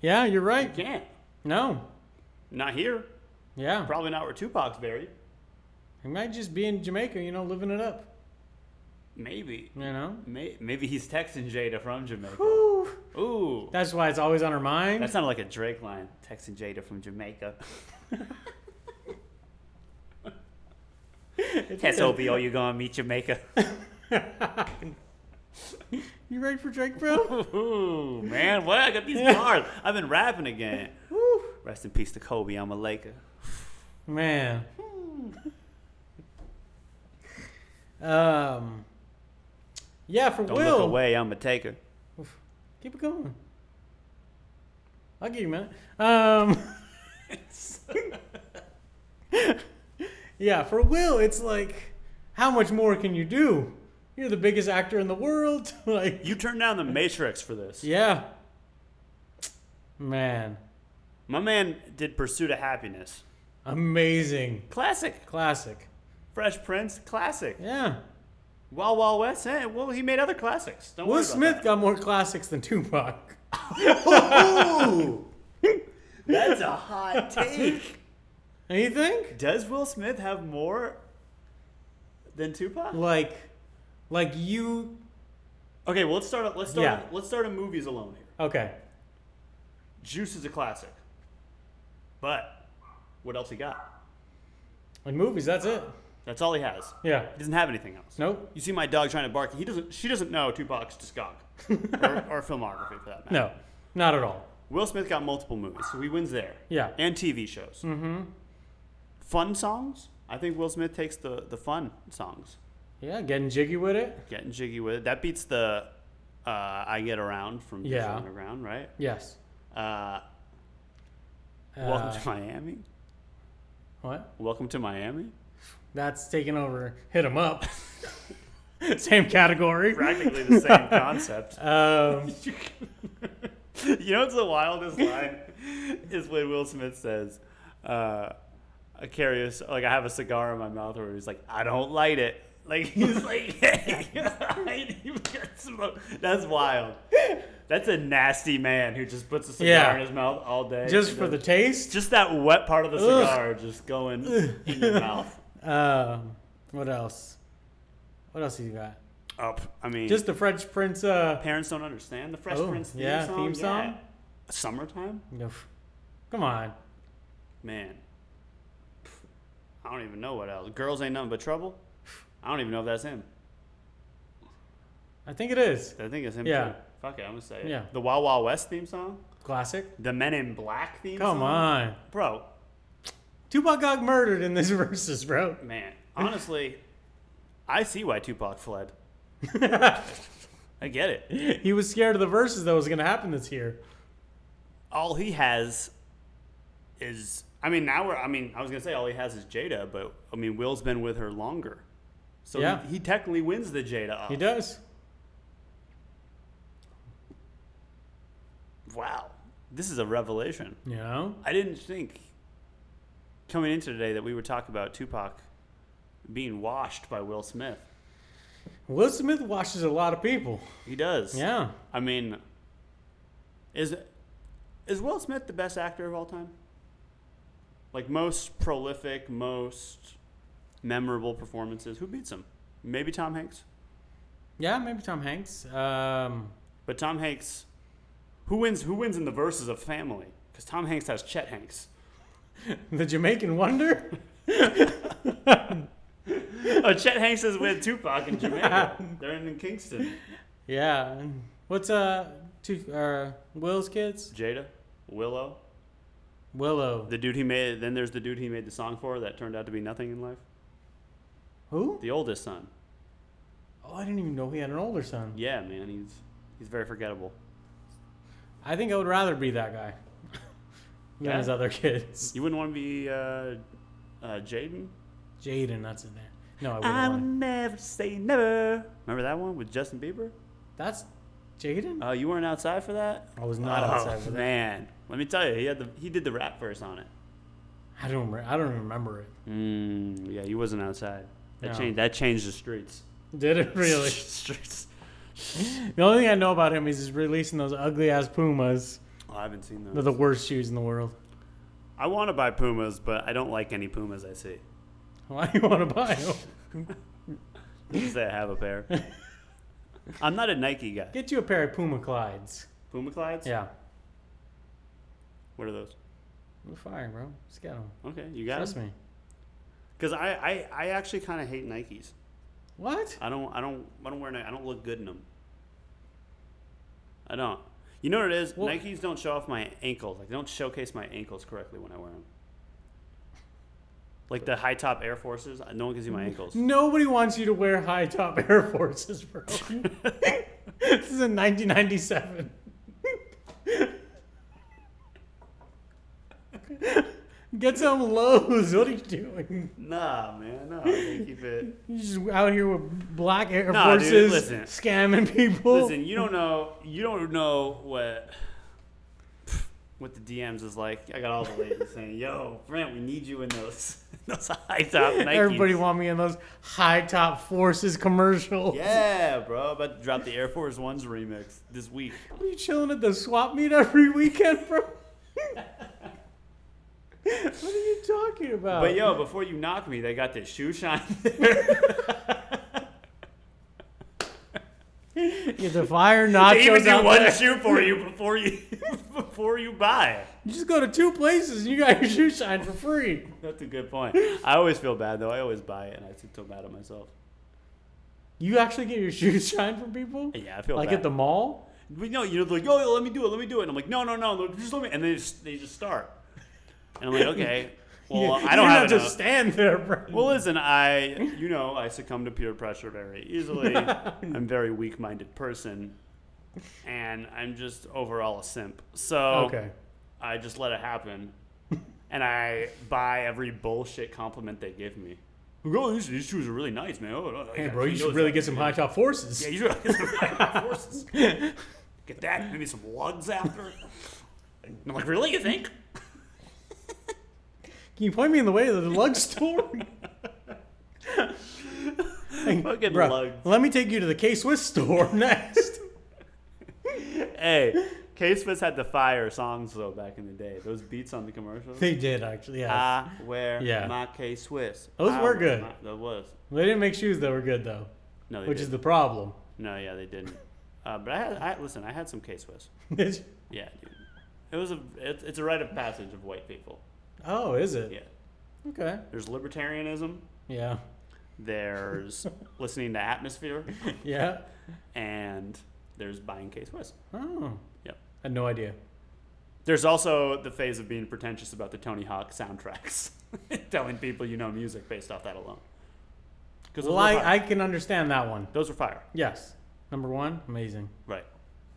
Yeah, You you're right. can't. No. Not here. Yeah. Probably not where Tupac's buried. He might just be in Jamaica, you know, living it up. Maybe. You know? May- Maybe he's texting Jada from Jamaica. Whew. Ooh. That's why it's always on her mind. That sounded like a Drake line. Texting Jada from Jamaica. SOB, are oh, you gonna meet Jamaica? You ready for Drake, bro? Ooh, man, what? I got these bars. I've been rapping again. Whew. Rest in peace to Kobe. I'm a Laker. Man. Um. Yeah, for Don't Will. look away. I'm a taker. Keep it going. I'll give you a minute. Um, yeah, for Will, it's like, how much more can you do? You're the biggest actor in the world. like, You turned down the Matrix for this. yeah. Man, My man did Pursuit of Happiness. amazing. Classic. Classic. Fresh Prince. Classic. Yeah. Wild Wild West. eh, well, he made other classics. Don't worry Will about Smith got more classics than Tupac. that. Ooh, that's a hot take. And you think? Does Will Smith have more than Tupac? Like, like you. Okay, well let's start. at- Let's start. Yeah. Let's start on movies alone here. Okay. Juice is a classic, but what else he got? In movies, that's it. That's all he has. Yeah. He doesn't have anything else. Nope. You see my dog trying to bark. He doesn't. She doesn't know Tupac's discog or, or filmography for that matter. No, not at all. Will Smith got multiple movies, so he wins there. Yeah. Mm. And TV shows. Mm-hmm. Fun songs. I think Will Smith takes the the fun songs. Yeah, getting jiggy with it. Getting jiggy with it. That beats the uh, "I Get Around" from Digital Yeah. Underground, right? Yes. Uh, Uh, Welcome to Miami. what? Welcome to Miami. That's taking over. Hit 'em up. Same category. Practically the same concept. Um, you know what's the wildest line is when Will Smith says, uh, "I carry a c- like I have a cigar in my mouth," or he's like, "I don't light it." Like he's like, "I even got smoke." That's wild. That's a nasty man who just puts a cigar Yeah. in his mouth all day. just You for know, the taste. just that wet part of the Ugh. cigar just going in your mouth. Um, what else? What else you got? Up. I mean, Just the French Prince. Uh, parents don't understand the Fresh Oh, Prince theme yeah, song. theme song? Yeah. Summertime. no. Come on. Man, I don't even know what else. Girls ain't nothing but trouble. I don't even know if that's him. I think it is I think it's him. Yeah. Too. Fuck it, I'm gonna say it. Yeah. The Wild Wild West theme song. classic. The Men in Black theme song. Come on. bro. Tupac got murdered in this versus, bro. Man, honestly, I see why Tupac fled. I get it. he was scared of the verses that was going to happen this year. All he has is, I mean, now we're. I mean, I was gonna say all he has is Jada, but I mean, Will's been with her longer, so he- Yeah. he, technically wins the Jada. He off. does. Wow, this is a revelation. You know. I didn't think coming into today that we would talk about Tupac being washed by Will Smith. Will Smith watches a lot of people. He does. Yeah. I mean, is is Will Smith the best actor of all time? Like most prolific, most memorable performances. Who beats him? Maybe Tom Hanks. Yeah, maybe Tom Hanks. Um, But Tom Hanks, who wins? Who wins in the verses of Family? Because Tom Hanks has Chet Hanks. the Jamaican Wonder. Oh, Chet Hanks is with Tupac in Jamaica. They're in Kingston. yeah. What's uh two uh Will's kids? Jada, Willow, Willow. the dude he made. Then there's the dude he made the song for that turned out to be nothing in life. Who? The oldest son. Oh, I didn't even know he had an older son. Yeah, man, he's he's very forgettable. I think I would rather be that guy than Yeah? his other kids. You wouldn't want to be uh, uh, Jaden. Jaden, that's in there. No, I wouldn't. Um, want him. never say never. Remember that one with Justin Bieber? That's Jaden. Oh, you weren't outside for that. I was not oh, outside for that. Man, let me tell you, he had the he did the rap verse on it. I don't. Re- I don't remember it. Mm, yeah, he wasn't outside. That No. changed. That changed the streets. Did it really? streets. the only thing I know about him is he's releasing those ugly ass Pumas. Oh, I haven't seen They're those. the worst shoes in the world. I want to buy Pumas, but I don't like any Pumas I see. Why do you want to buy them? Just say I have a pair. I'm not a Nike guy. Get you a pair of Puma Clydes. Puma Clydes? Yeah, What are those? we're firing, bro. Just get them. Okay, you got Trust them. me. Because I, I, I actually kind of hate Nikes. What? I don't I don't I don't wear Nike. I don't look good in them. I don't. You know what it is? Well- Nikes don't show off my ankles. Like they don't showcase my ankles correctly when I wear them. Like the high top Air Forces, no one can see my ankles. Nobody wants you to wear high top Air Forces, bro. this is in 1997. Get some lows. What are you doing? Nah, man, no. They keep it. You just out here with black Air Nah, dude, Forces, listen. scamming people. Listen, you don't know. You don't know what what the DMs is like. I got all the ladies saying, "Yo, Brent, we need you in those those high top Nikes." Everybody want me in those high top forces commercials. Yeah, bro. About to drop the Air Force Ones remix this week. What are you chilling at the swap meet every weekend, bro? what are you talking about? But yo, before you knock me, they got this shoe shine. you the fire nachos they even do out one there. shoe for you before you before you buy. You just go to two places and you got your shoe shine for free. That's a good point. I always feel bad though. I always buy it, and I feel so bad at myself. You actually get your shoe shine from people? Yeah, I feel like bad. at the mall? We know you know they're like, yo, yo, let me do it, let me do it. And I'm like, no, no, no, look, just let me. And they just they just start. And I'm like, okay, well, You- I don't you have to enough. stand there, bro. well, listen, I you know I succumb to peer pressure very easily. I'm a very weak-minded person, and I'm just overall a simp. So okay. I just let it happen, and I buy every bullshit compliment they give me. Like, oh, these, these shoes are really nice, man. Oh, Hey, bro, you should really get some high top forces. Yeah, you should get some high forces. Get that, maybe some lugs after. And I'm like, really? You think? Can you point me in the way to the lug store? Hey, Fucking bruh, lugs. Let me take you to the K Swiss store next. Hey, K Swiss had the fire songs though back in the day. Those beats on the commercials. they did actually. Yeah. I wear Yeah. my K Swiss. Those I were wear good. my- that was. they didn't make shoes that were good though, No, they which didn't. is the problem. No, yeah, they didn't. Uh, but I had, I, listen, I had some K Swiss. Yeah, dude. It was a, it's, it's a rite of passage of white people. oh, is it? Yeah. Okay. There's libertarianism. Yeah. There's listening to Atmosphere, Yeah. and there's buying K Swiss. Oh. Yep. I had no idea. There's also the phase of being pretentious about the Tony Hawk soundtracks, telling people you know music based off that alone. Because Well, I, I can understand that one. those were fire, Yes. Number one, amazing. right?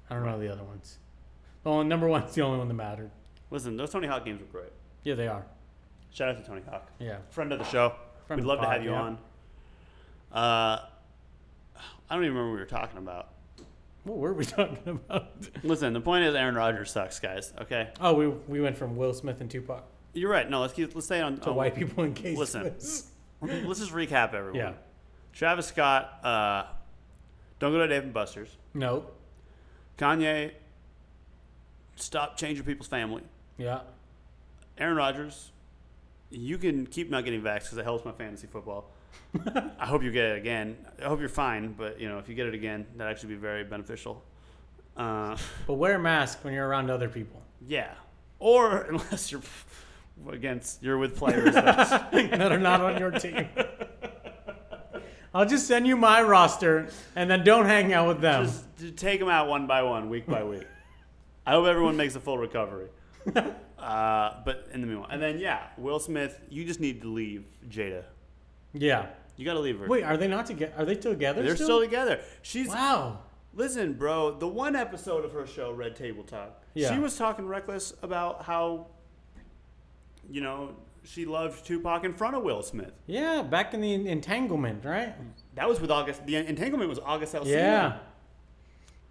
I don't know the other ones. The only number one's the only one that mattered. Listen, those Tony Hawk games were great. Yeah, they are. Shout out to Tony Hawk, Yeah. friend of the show. Friend We'd of love the to pod, have you yeah. on. Uh, I don't even remember what we were talking about. What were we talking about? Listen, the point is Aaron Rodgers sucks, guys. Okay, Oh, we, we went from Will Smith and Tupac you're right. No, let's keep let's stay on. to on- white people in case. Oh, listen. Swiss. Let's just recap everyone. Yeah. Travis Scott, uh, don't go to Dave and Buster's. No. Kanye, stop changing people's family. Yeah. Aaron Rodgers, you can keep not getting vaxxed because it helps my fantasy football. I hope you get it again. I hope you're fine, but you know if you get it again, that actually be very beneficial. Uh, But wear a mask when you're around other people. yeah, or unless you're against you're with players. that are not on your team. I'll just send you my roster and then don't hang out with them. Just to take them out one by one, week by week. I hope everyone makes a full recovery. Uh, but in the meanwhile, and then yeah, Will Smith, you just need to leave Jada. yeah. You got to leave her. Wait, are they not together? Are they together? they're still together. She's Wow. listen, bro. The one episode of her show, Red Table Talk, Yeah. she was talking reckless about how, you know, she loved Tupac in front of Will Smith. Yeah, back in the entanglement, right? That was with August. The entanglement was August Alsina. Yeah.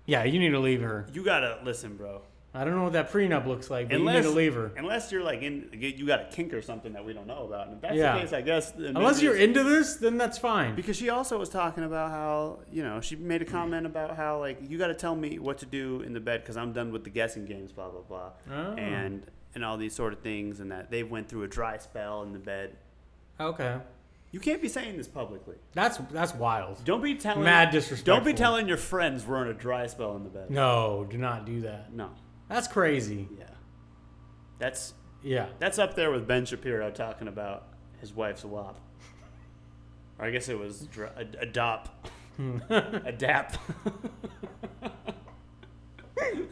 Yeah, you need to leave her. You gotta listen, bro. I don't know what that prenup looks like, but Unless you need to leave her. Unless you're like in, you got a kink or something that we don't know about. And if that's Yeah. the case, I guess. then Unless maybe you're it's- into this, then that's fine. Because she also was talking about how you know she made a comment about how like you got to tell me what to do in the bed because I'm done with the guessing games, blah blah blah, Oh. and and all these sort of things, and that they went through a dry spell in the bed. Okay. You can't be saying this publicly. That's that's wild. Don't be telling Mad Don't be disrespectful. telling your friends we're in a dry spell in the bed. No, do not do that. no. That's crazy. yeah, that's Yeah. That's up there with Ben Shapiro talking about his wife's wop. Or I guess it was dr- ad- adop. Hmm. Adap.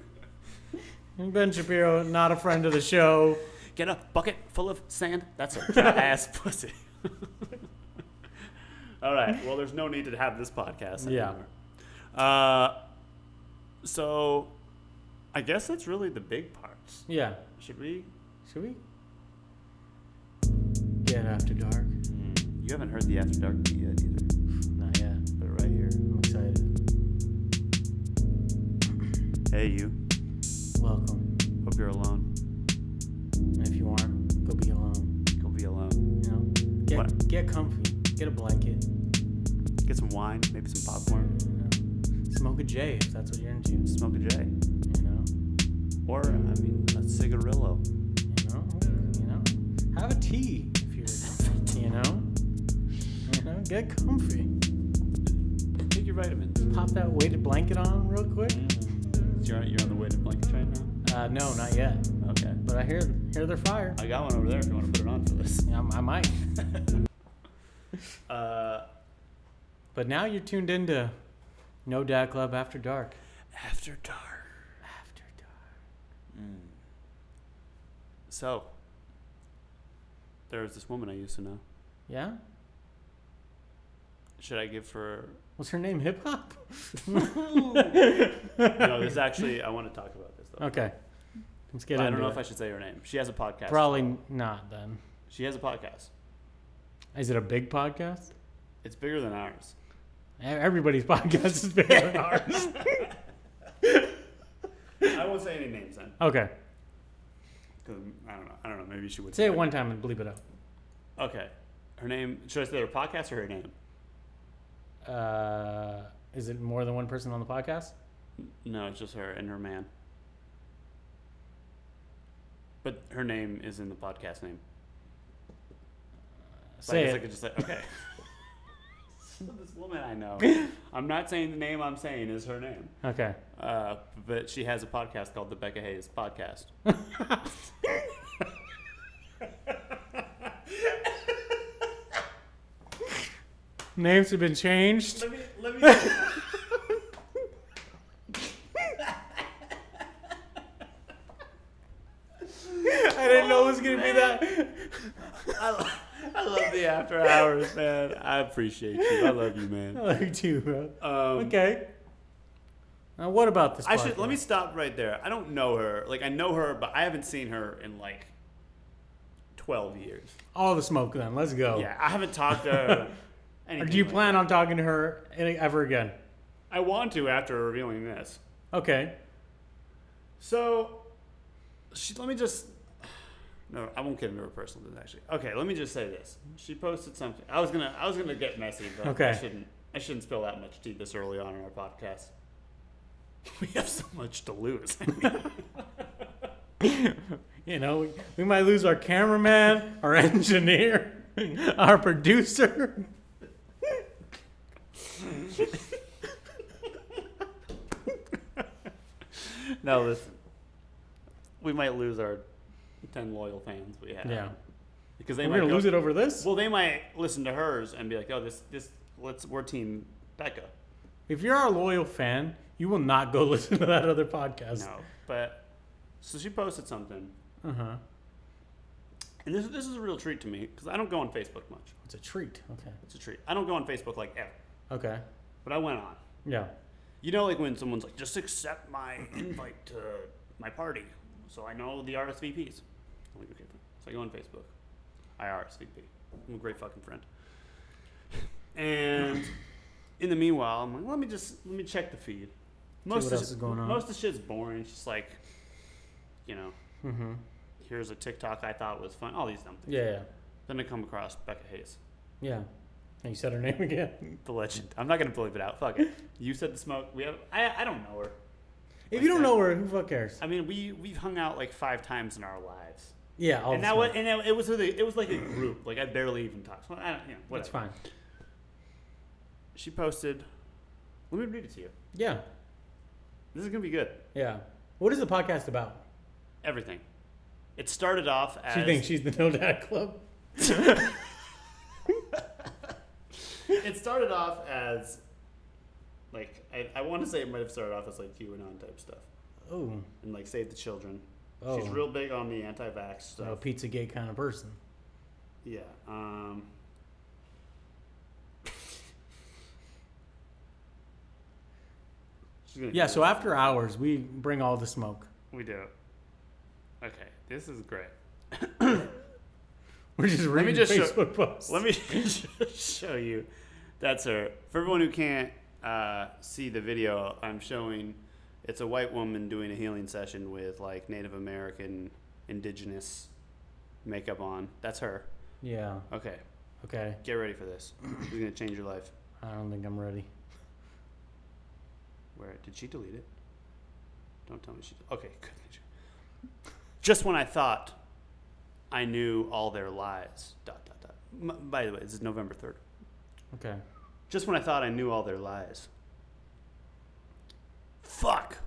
Ben Shapiro, not a friend of the show. Get a bucket full of sand. That's a dry ass pussy. All right. Well, there's no need to have this podcast Yeah. anymore. Uh, so I guess that's really the big parts. Yeah. Should we? Should we get after dark? Hmm, You haven't heard the After Dark yet either. Not yet. But right here. I'm excited. Hey, you. Welcome. Hope you're alone. And if you aren't, go be alone. Go be alone. You know, get What? get comfy. Get a blanket. Get some wine, maybe some popcorn, You know, smoke a J if that's what you're into. You smoke a J. know, Or, I mean, a cigarillo. you know, you know. Have a tea if you're, you know, you know. Get comfy. Take your vitamins. Pop that weighted blanket on real quick. You're on, you're on the way to Blanket Train Uh, no, not yet. now? Okay. But I hear hear they're fire. I got one over there if you want to put it on for this. Yeah, I, I might. Uh, But now you're tuned into No Dad Club After Dark. after dark. After Dark. So, there was this woman I used to know. Yeah. Should I give her. Was her name Hip Hop? No, this actually, I want to talk about this, though. Okay. Let's But get I into don't know it. if I should say her name. She has a podcast. Probably not. Then She has a podcast. is it a big podcast? It's bigger than ours. E- Everybody's podcast is bigger than ours. I won't say any names then. Okay. 'cause I don't know. I don't know. Maybe she would Say it one time and bleep it out. Okay. Her name, should I say her podcast or her name? Uh, is it more than one person on the podcast? No, it's just her and her man. But her name is in the podcast name. So I Say guess I it. could just say, okay. so this woman I know, I'm not saying the name I'm saying is her name, Okay. uh, but she has a podcast called The Becca Hayes Podcast. Names have been changed. Let me, let me. I didn't know it was gonna be that. I, I love the after hours, man. I appreciate you. I love you, man. I love you too, bro. Um, Okay. Now, what about this? I should let podcast? me stop right there. I don't know her. Like I know her, but I haven't seen her in like twelve years. all the smoke. Then let's go. Yeah, I haven't talked to her. Oh. Or anything do you like plan on talking to her any- ever again? that. I want to after revealing this. Okay. So, she, let me just. No, I won't get into her personal business actually. Okay, let me just say this. She posted something. I was gonna, I was gonna get messy, but I Okay. shouldn't. I shouldn't spill that much tea this early on in our podcast. We have so much to lose. You know, we, we might lose our cameraman, our engineer, our producer. no, listen. We might lose our ten loyal fans we have. Yeah. because they We're might gonna go- lose it over this. Well, they might listen to hers and be like, "Oh, this this let's we're team Becca." If you're our loyal fan, you will not go listen to that other podcast. No, but so she posted something, Uh huh. and this this is a real treat to me because I don't go on Facebook much. It's a treat. Okay. It's a treat. I don't go on Facebook like ever, Okay. but I went on. Yeah. You know, like when someone's like, "Just accept my invite to my party," so I know the RSVPs. I'm like, okay, fine. So I go on Facebook. I RSVP. I'm a great fucking friend. And in the meanwhile, I'm like, let me just let me check the feed. Most what of else the- is going on. Most of the shit's boring. It's just like, you know, Mm-hmm. here's a TikTok I thought was fun. All these dumb things. Yeah. Yeah. Then I come across Becca Hayes, Yeah. And you said her name again. the legend. I'm not gonna bleep it out. Fuck it. You said the smoke. We have. I I don't know her. If you don't know her, who fuck cares? I mean, we we've hung out like five times in our Oh, lives, Yeah. All and that was and it, it was with a, it was like a group. Like I barely even talked. So I don't, you know, whatever. That's fine. She posted. Let me read it to you. Yeah. This is gonna be good. Yeah. What is the podcast about? Everything. It started off as She thinks she's the No Dad Club. it started off as like I, I want to say it might have started off as like QAnon type stuff Oh. and like save the children. Oh. She's real big on the anti-vax stuff. A pizza gay kind of person. Yeah. Um, She's gonna Yeah. do So it. after hours, we bring all the smoke. we do. it. Okay, this is great. We're just me reading just show- Facebook posts. Let me just show you. That's her. For everyone who can't uh, see the video, I'm showing. It's a white woman doing a healing session with like Native American, indigenous makeup on. That's her. Yeah. Okay, Okay. get ready for this. This is gonna change your life. I don't think I'm ready. Where did she delete it? Don't tell me she. Okay, good. Just when I thought I knew all their lies. Dot dot dot. M- by the way, this is November third. Okay. Just when I thought I knew all their lies. Fuck.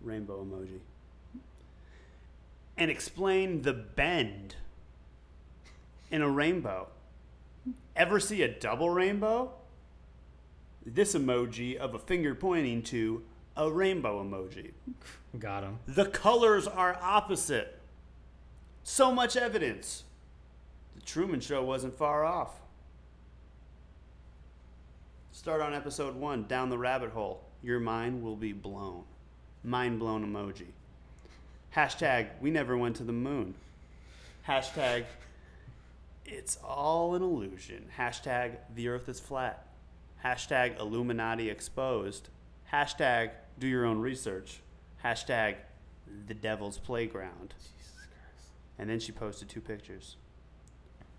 Rainbow emoji. And explain the bend in a rainbow. Ever see a double rainbow? This emoji of a finger pointing to a rainbow emoji. Got him. The colors are opposite. So much evidence. The Truman Show wasn't far off. Start on episode one, down the rabbit hole. Your mind will be blown. Mind blown emoji. Hashtag, we never went to the moon. Hashtag, it's all an illusion. Hashtag, the earth is flat. Hashtag, Illuminati exposed. Hashtag, do your own research. Hashtag, the devil's playground. Jesus Christ. And then she posted two pictures.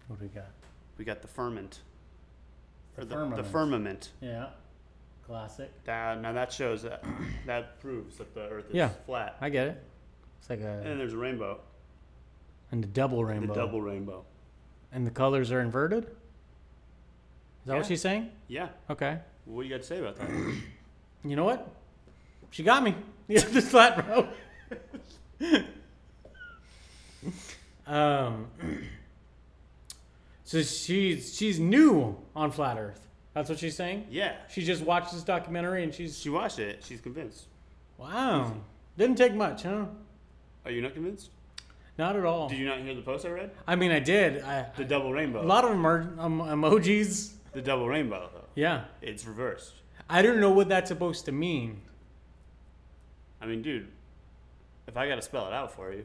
What do we got? We got the ferment. The or the, the firmament. firmament. Yeah. Classic. That, now that shows that that proves that the Earth is Yeah. flat. I get it. It's like And then a there's a rainbow, and the double rainbow. the double rainbow. And the colors are inverted. Is that Yeah. what she's saying? Yeah. Okay. What do you got to say about that? You know what? She got me. Yeah, this flat bro. um. So she's she's new on flat Earth. That's what she's saying. yeah. She just watched this documentary and she's She watched it. She's convinced. wow. Didn't take much, huh? Are you not convinced? Not at all. Did you not hear the post I read? I mean, I did. I, The double rainbow. a lot of emer- um, emojis. the double rainbow, though. Yeah. It's reversed. I don't know what that's supposed to mean. I mean, dude, if I got to spell it out for you,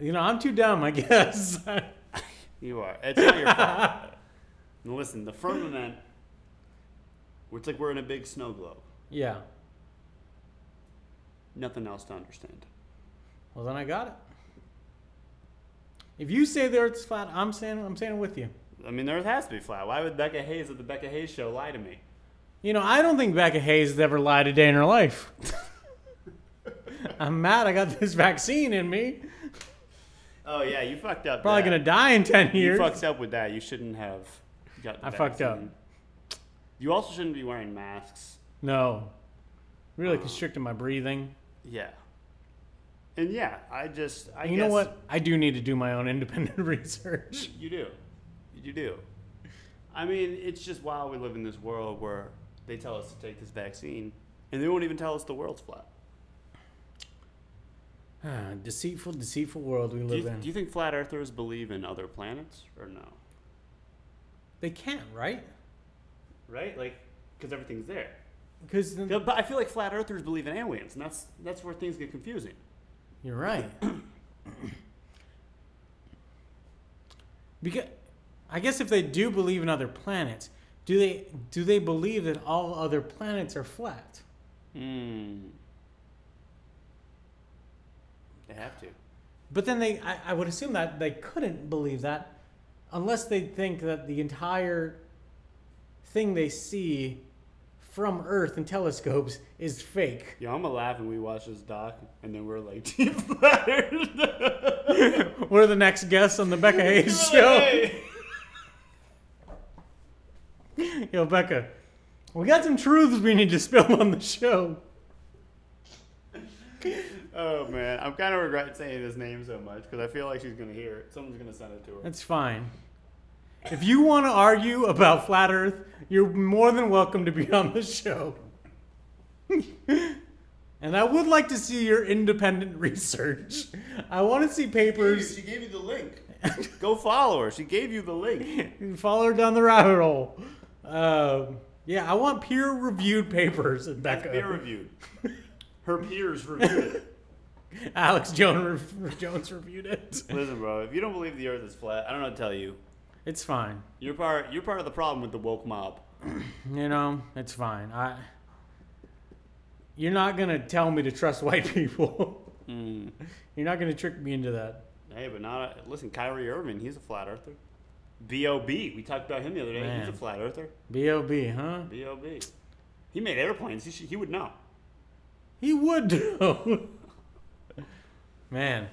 You know, I'm too dumb, I guess. you are. It's not your fault. Now Listen, the firmament, it's like we're in a big snow globe. yeah. Nothing else to understand. Well, then I got it. If you say the Earth's flat, I'm saying I'm saying it with you. I mean, the Earth has to be flat. Why would Becca Hayes of the Becca Hayes Show lie to me? You know, I don't think Becca Hayes has ever lied a day in her life. I'm mad I got this vaccine in me. Oh yeah, you fucked up. Probably that. gonna die in ten You years. fucked up with that. You shouldn't have. Got the I fucked up. vaccine. You also shouldn't be wearing masks. No. Really constricted my breathing. Yeah. And yeah, I just I you know guess what? I do need to do my own independent research. you do, you do. I mean, it's just wow. We live in this world where they tell us to take this vaccine, and they won't even tell us the world's flat. Ah, deceitful, deceitful world we Do live you, in. do you think flat earthers believe in other planets or no? they can't, right? Right, like because everything's there. Because Yeah, But I feel like flat earthers believe in aliens, and that's that's where things get confusing. You're right. because I guess if they do believe in other planets, do they do they believe that all other planets are flat? Hmm. They have to. But then they I, I would assume that they couldn't believe that unless they think that the entire thing they see from Earth and telescopes is fake. Yo, I'm gonna laugh when we watch this doc, and then we're like deep flattered. What are the next guests on the Becca Hayes show? Yo, Becca, we got some truths we need to spill on the show. Oh man, I'm kind of regret saying his name so much because I feel like she's gonna hear it. Someone's gonna send it to her. That's fine. If you want to argue about flat Earth, you're more than welcome to be on the show. and I would like to see your independent research. I want to see papers. gave you the link. Go follow her. She gave you the link. Follow her down the rabbit hole. Um, yeah, I want peer-reviewed papers, That's Becca. peer reviewed. Her peers reviewed it. Alex Jones, Jones reviewed it. Listen, bro, if you don't believe the Earth is flat, I don't know what to tell you. It's fine. You're part. You're part of the problem with the woke mob. You know, it's fine. I. You're not gonna tell me to trust white people. Hmm. You're not gonna trick me into that. Hey, but not a, listen. Kyrie Irving, he's a flat earther. Bob, we talked about him the other day. Man. He's a flat earther. B.O.B., huh? Bob, he made airplanes. He should, he would know. He would know. Man.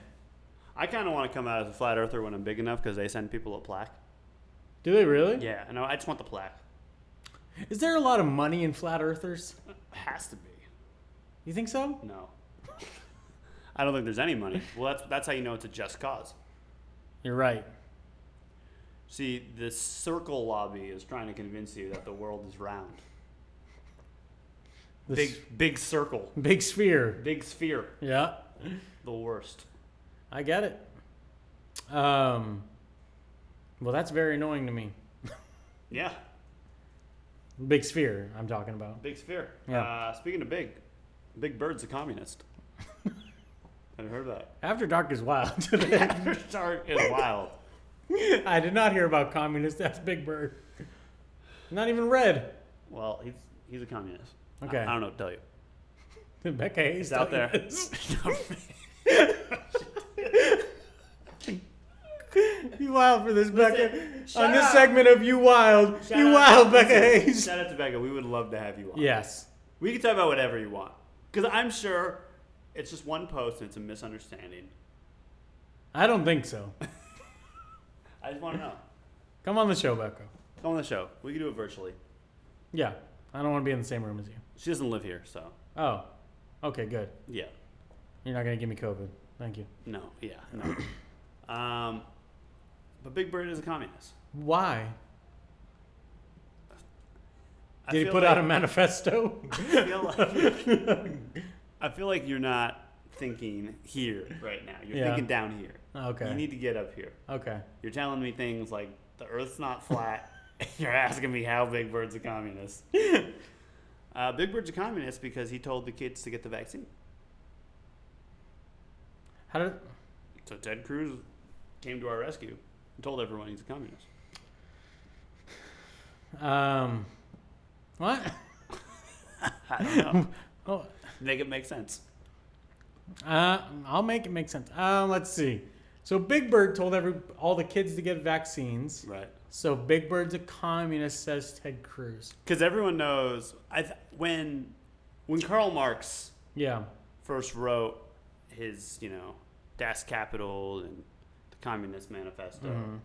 I kind of want to come out as a flat earther when I'm big enough because they send people a plaque. Do they really? Yeah, I know. I just want the plaque. Is there a lot of money in flat earthers? Has to be. You think so? No. I don't think there's any money. Well, that's that's how you know it's a just cause. You're right. See, the circle lobby is trying to convince you that the world is round. This Big big circle, big sphere. big sphere, Yeah. the worst. I get it. Um Well that's very annoying to me. Yeah, Big sphere I'm talking about. big sphere. Yeah. Uh, speaking of big, Big Bird's a communist. I heard that. After Dark is Wild today. After Dark is wild. I did not hear about communist. That's Big Bird. Not even red. Well, he's he's a communist. I- Okay. I, don't know what to tell you. Becca Hayes He's out tell you there. this. You wild for this, Becca. shut On this up. segment of You Wild, Shout You out- Wild, Becca listen, Hayes. Shout out to Becca. We would love to have you on. Yes. We can talk about whatever you want. Because I'm sure it's just one post and it's a misunderstanding. I don't think so. I just want to know. Come on the show, Becca. Come on the show. We can do it virtually. Yeah. I don't want to be in the same room as you. She doesn't live here, so Oh. Okay, good. yeah. You're not going to give me COVID. Thank you. No, yeah, no. um, but Big Bird is a communist. Why? I Did he feel put like- out a manifesto? I feel like I feel like you're not thinking here right now. You're Yeah. thinking down here. Okay. You need to get up here. okay. You're telling me things like the Earth's not flat. you're asking me how Big Bird's a communist. uh, Big Bird's a communist because he told the kids to get the vaccine. How did. So Ted Cruz came to our rescue and told everyone he's a communist. Um. What? I don't know. Oh. Make it make sense. Uh, I'll make it make sense. Uh, let's see. So Big Bird told every all the kids to get vaccines. Right. So Big Bird's a communist, says Ted Cruz. Because everyone knows I th- when when Karl Marx Yeah, first wrote his, you know, Das Kapital and the Communist Manifesto.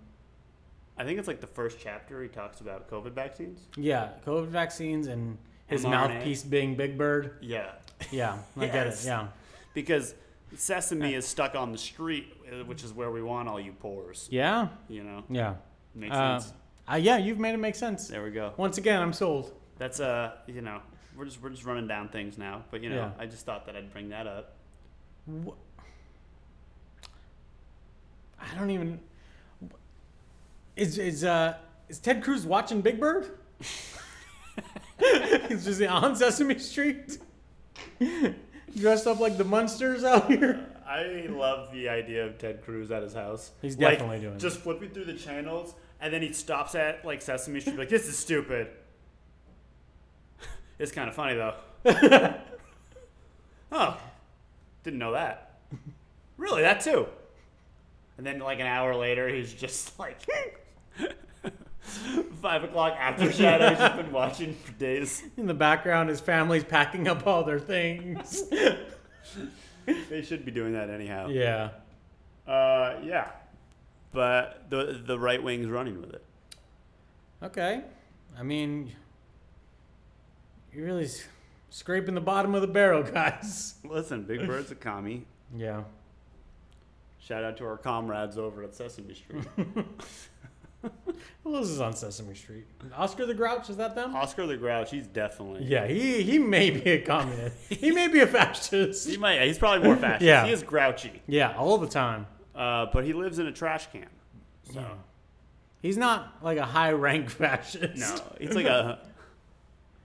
I think it's like the first chapter he talks about COVID vaccines. yeah. COVID vaccines and his mRNA. mouthpiece being Big Bird. Yeah. Yeah, I get it. eh? Yes. Yeah, Because Sesame Uh, is stuck on the street, uh, which is where we want all you pores. Yeah. You know, Yeah. makes Uh, sense. uh, yeah, you've made it make sense. There we go. Once again, I'm sold. That's uh, you know, we're just we're just running down things now. But you know, Yeah. I just thought that I'd bring that up. Wh- I don't even. Is is uh is Ted Cruz watching Big Bird? He's just on Sesame Street, dressed up like the Munsters out here. I love the idea of Ted Cruz at his house. He's Like, definitely doing Just flipping through the channels, and then he stops at like Sesame Street, like this is stupid. it's kind of funny though. oh, didn't know that. Really, that too. And then like an hour later, he's just like. Five o'clock after shadow. He's just been watching for days. In the background, his family's packing up all their things. They should be doing that anyhow. yeah. Uh, yeah. But the the right wing's running with it. Okay. I mean, you're really s- scraping the bottom of the barrel, guys. Listen, Big Bird's a commie. Yeah. Shout out to our comrades over at Sesame Street. Who else is on Sesame Street? Oscar the Grouch, is that them? Oscar the Grouch, he's definitely. Yeah, he he may be a communist. he may be a fascist. He might. He's probably more fascist. Yeah. He is grouchy, Yeah, all the time. uh, but he lives in a trash can. So Yeah. He's not like a high rank fascist. no, he's like a.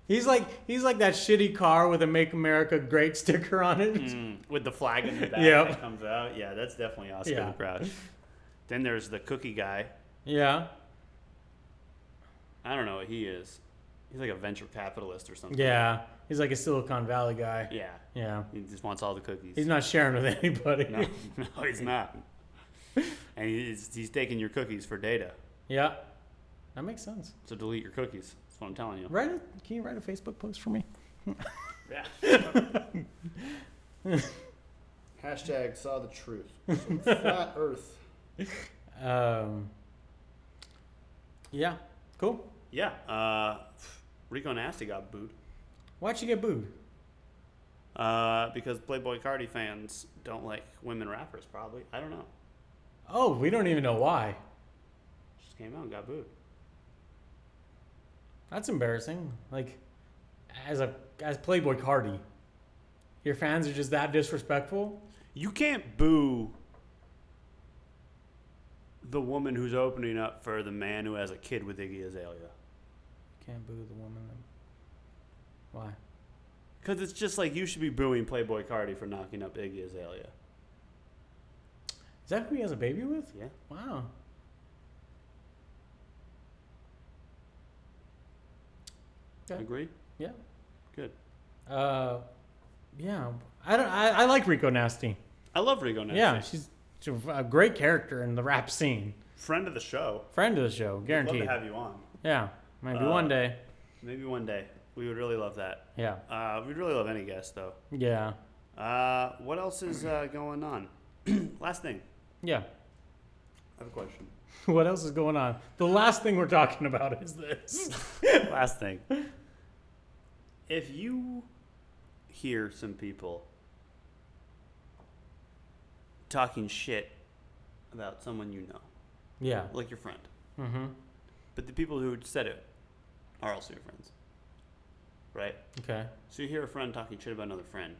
He's like he's like that shitty car with a Make America Great sticker on it. Mm, with the flag in the back Yep. that comes out. Yeah, that's definitely Oscar Yeah. the Grouch. Then there's the cookie guy. Yeah. I don't know what he is. He's like a venture capitalist or something. Yeah. He's like a Silicon Valley guy. Yeah. Yeah. He just wants all the cookies. He's not sharing with anybody. No, no, he's not. And he's, he's taking your cookies for data. Yeah. That makes sense. So delete your cookies. That's what I'm telling you. Write a, can you write a Facebook post for me? Yeah. Hashtag saw the truth. Flat Earth. Um, yeah. Cool. Yeah. Uh, Rico Nasty got booed Why'd she get booed? uh, because Playboy Cardi fans don't like women rappers. Probably. I don't know. Oh, we don't even know why. She Just came out and got booed. That's embarrassing. Like, as a as Playboy Cardi, your fans are just that disrespectful. You can't boo the woman who's opening up for the man who has a kid with Iggy Azalea. Can't boo the woman. Then. Why? Because it's just like you should be booing Playboy Cardi for knocking up Iggy Azalea. Is that who he has a baby with? Yeah. Wow. Yeah. Agreed? Yeah. Good. Uh, yeah. I don't. I, I like Rico Nasty. I love Rigo Nasty. Yeah, she's, she's a great character in the rap scene. Friend of the show. Friend of the show, We'd guaranteed. Love to have you on. Yeah, maybe Uh, one day. Maybe one day. We would really love that. Yeah, Uh, we'd really love any guest, though. yeah, Uh, what else is uh, going on? Last thing. yeah. I have a question. What else is going on? The last thing we're talking about is this. Last thing. If you hear some people talking shit about someone you know, Yeah. like your friend, Mm-hmm. But the people who said it are also your friends. Right? Okay. So you hear a friend talking shit about another friend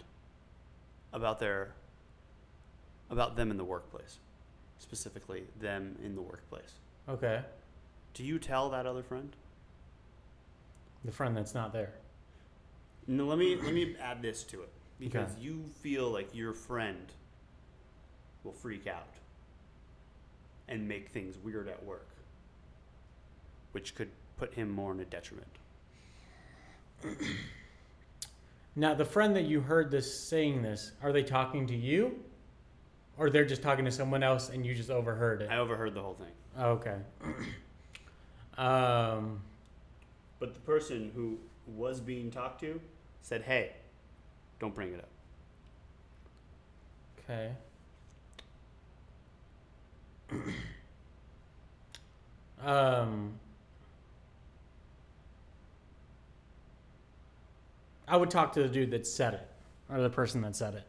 about their about them in the workplace. Specifically them in the workplace. Okay. Do you tell that other friend? The friend that's not there. No, let me let me add this to it. Because Okay. you feel like your friend will freak out and make things weird at work. Which could put him more in a detriment. Now, the friend that you heard this saying this, are they talking to you, or they're just talking to someone else and you just overheard it? I overheard the whole thing. Okay. um. But the person who was being talked to said, "Hey, don't bring it up." Okay. um, I would talk to the dude that said it, or the person that said it.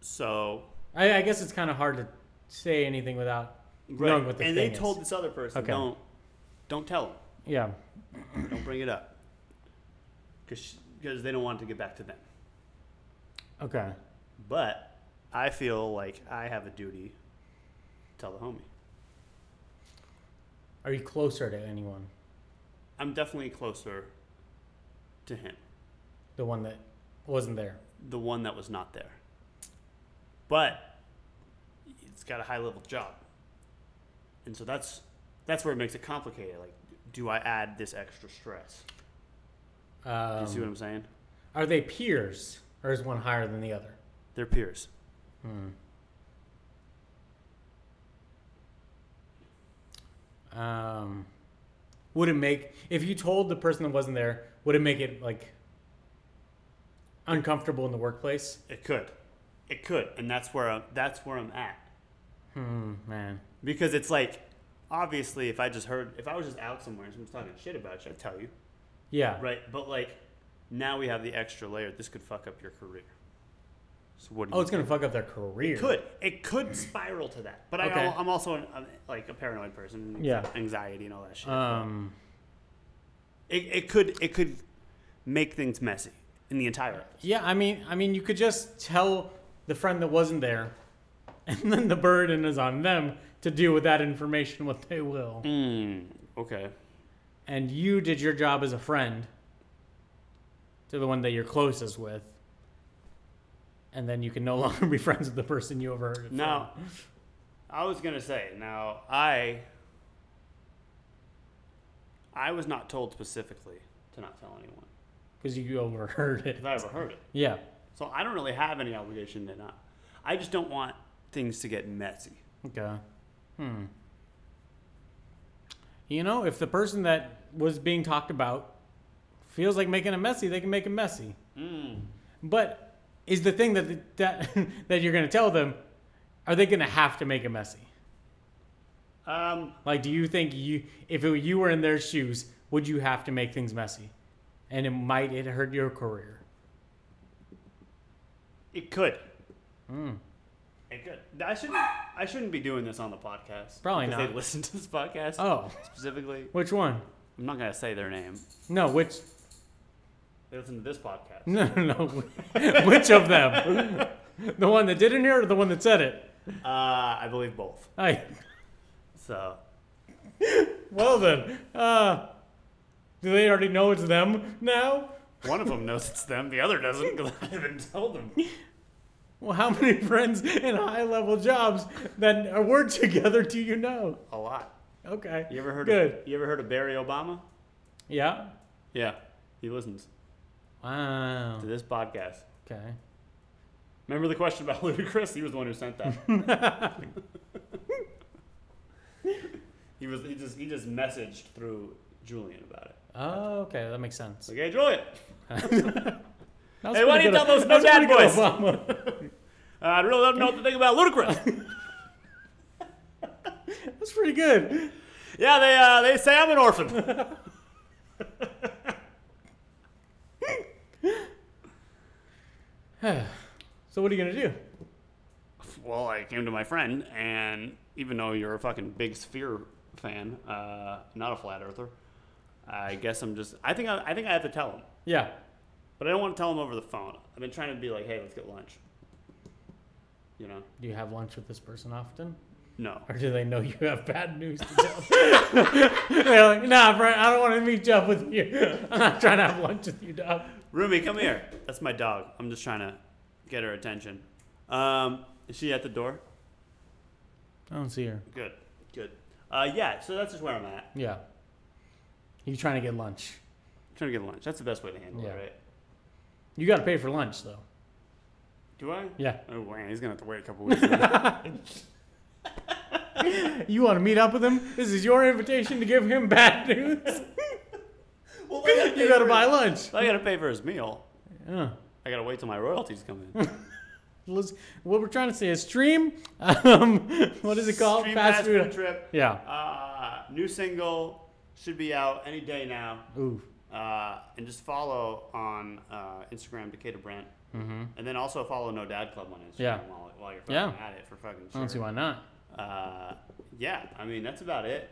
So I, I guess it's kind of hard to say anything without right, knowing what the and thing they told is. this other person, Okay. don't, don't tell him, Yeah. don't bring it up, because they don't want it to get back to them. Okay. But I feel like I have a duty to tell the homie. Are you closer to anyone? I'm definitely closer to him, The one that wasn't there. the one that was not there. But it's got a high level job. And so that's that's where it makes it complicated. Like, do I add this extra stress? Do Um, you see what I'm saying? are they peers, or is one higher than the other? They're peers. Um, would it make if you told the person that wasn't there? Would it make it like uncomfortable in the workplace? It could, it could, and that's where I'm, that's where I'm at. Hmm, man. Because it's like, obviously, if I just heard, if I was just out somewhere and someone's talking shit about you, I'd tell you. Yeah. Right, but like now we have the extra layer. This could fuck up your career. So what? Do Oh, you it's gonna fuck up their career. it could it could spiral to that? But Okay. I, I'm also an, I'm, like a paranoid person. and Yeah. anxiety and all that shit. Um. it, it could it could make things messy in the entire. Yeah. I mean, I mean, you could just tell the friend that wasn't there, and then the burden is on them to deal with that information what they will. Mm, okay. and you did your job as a friend to the one that you're closest with, and then you can no longer be friends with the person you overheard. it from. Now, I was gonna say now I I was not told specifically to not tell anyone because you overheard it. because I overheard it. Yeah. So I don't really have any obligation to not. I just don't want things to get messy. Okay. Hmm. You know, if the person that was being talked about feels like making it messy, they can make it messy. Mm. But is the thing that that that you're going to tell them, are they going to have to make it messy? Um, Like, do you think you, if it, you were in their shoes, would you have to make things messy? And it might it hurt your career. it could. Hmm. Mm. It could. I shouldn't. I shouldn't be doing this on the podcast. Probably because not. They listen to this podcast Oh, specifically. which one? I'm not gonna say their name. No, which They listen to this podcast. no no no, which of them? The one that didn't hear it or the one that said it? Uh, I believe both. I, So well then, uh, do they already know it's them now? one of them knows it's them. The other doesn't because I haven't told them. Well, how many friends in high level jobs that were together do you know? A lot. Okay. You ever heard? Good. Of, you ever heard of Barry Obama? Yeah. Yeah, he listens Wow. to this podcast. Okay. Remember the question about Ludacris? He was the one who sent that. he was he just he just messaged through Julian about it. Oh, okay, that makes It's sense. like, hey Julian, That was Hey, why do you pretty good- tell those no that was pretty dad good, boys? Obama. uh, I'd really love to know what to think about Ludacris. That's pretty good. yeah, they uh, they say I'm an orphan. So what are you gonna do? well, I came to my friend, and even though you're a fucking big Sphere fan, uh, not a flat earther, I guess I'm just I think I, I think I have to tell him, Yeah. but I don't want to tell him over the phone. I've been trying to be like, hey, let's get lunch. You know. Do you have lunch with this person often, No. or do they know you have bad news to tell? They're like, Nah, Brent, I don't want to meet up with you. I'm not trying to have lunch with you, dog. Rumi, come here. That's my dog. I'm just trying to get her attention. Um, is she at the door? I don't see her. Good, good. Uh, yeah, so that's just where I'm at. Yeah. You trying to get lunch? trying to get lunch. That's the best way to handle Yeah. it, right? You got to pay for lunch though. Do I? Yeah. Oh, man, he's going to have to wait a couple weeks. now. You want to meet up with him? This is your invitation to give him bad news. well, you got to buy lunch. I got to pay for his meal. Yeah. I got to wait till my royalties come in. Let's, what we're trying to say is stream. Um, what is it called? Stream trip. Yeah. Uh, new single should be out any day now. Ooh. Uh, and just follow on uh, Instagram, Decatur Brent. Mm-hmm. And then also follow No Dad Club on Instagram Yeah. while, while you're fucking Yeah. at it for fucking I sure. don't see why not. Uh, yeah, I mean that's about it.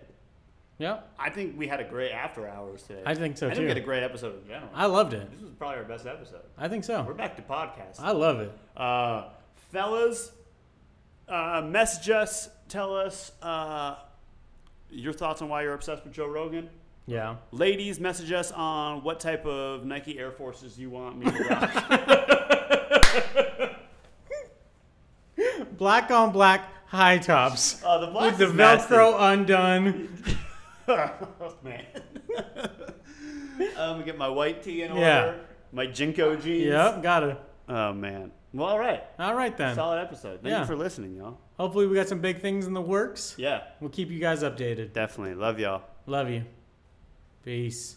Yep. I think we had a great after hours today. I think so, I think too. we had a great episode in general. I loved it. this was probably our best episode. I think We're so. back to podcast. I love it. Uh, fellas, uh, message us. Tell us uh, your thoughts on why you're obsessed with Joe Rogan. Yeah. Ladies, message us on what type of Nike Air Forces you want me to rock. Black on black high tops. uh, the black With the Velcro undone. oh, man. I'm gonna get my white tee in order. Yeah. My Jinko jeans. Yep, got it. Oh man. Well, all right. All right then. Solid episode. Thank Yeah. you for listening, y'all. Hopefully we got some big things in the works. Yeah, We'll keep you guys updated. definitely. Love y'all. Love you. Peace.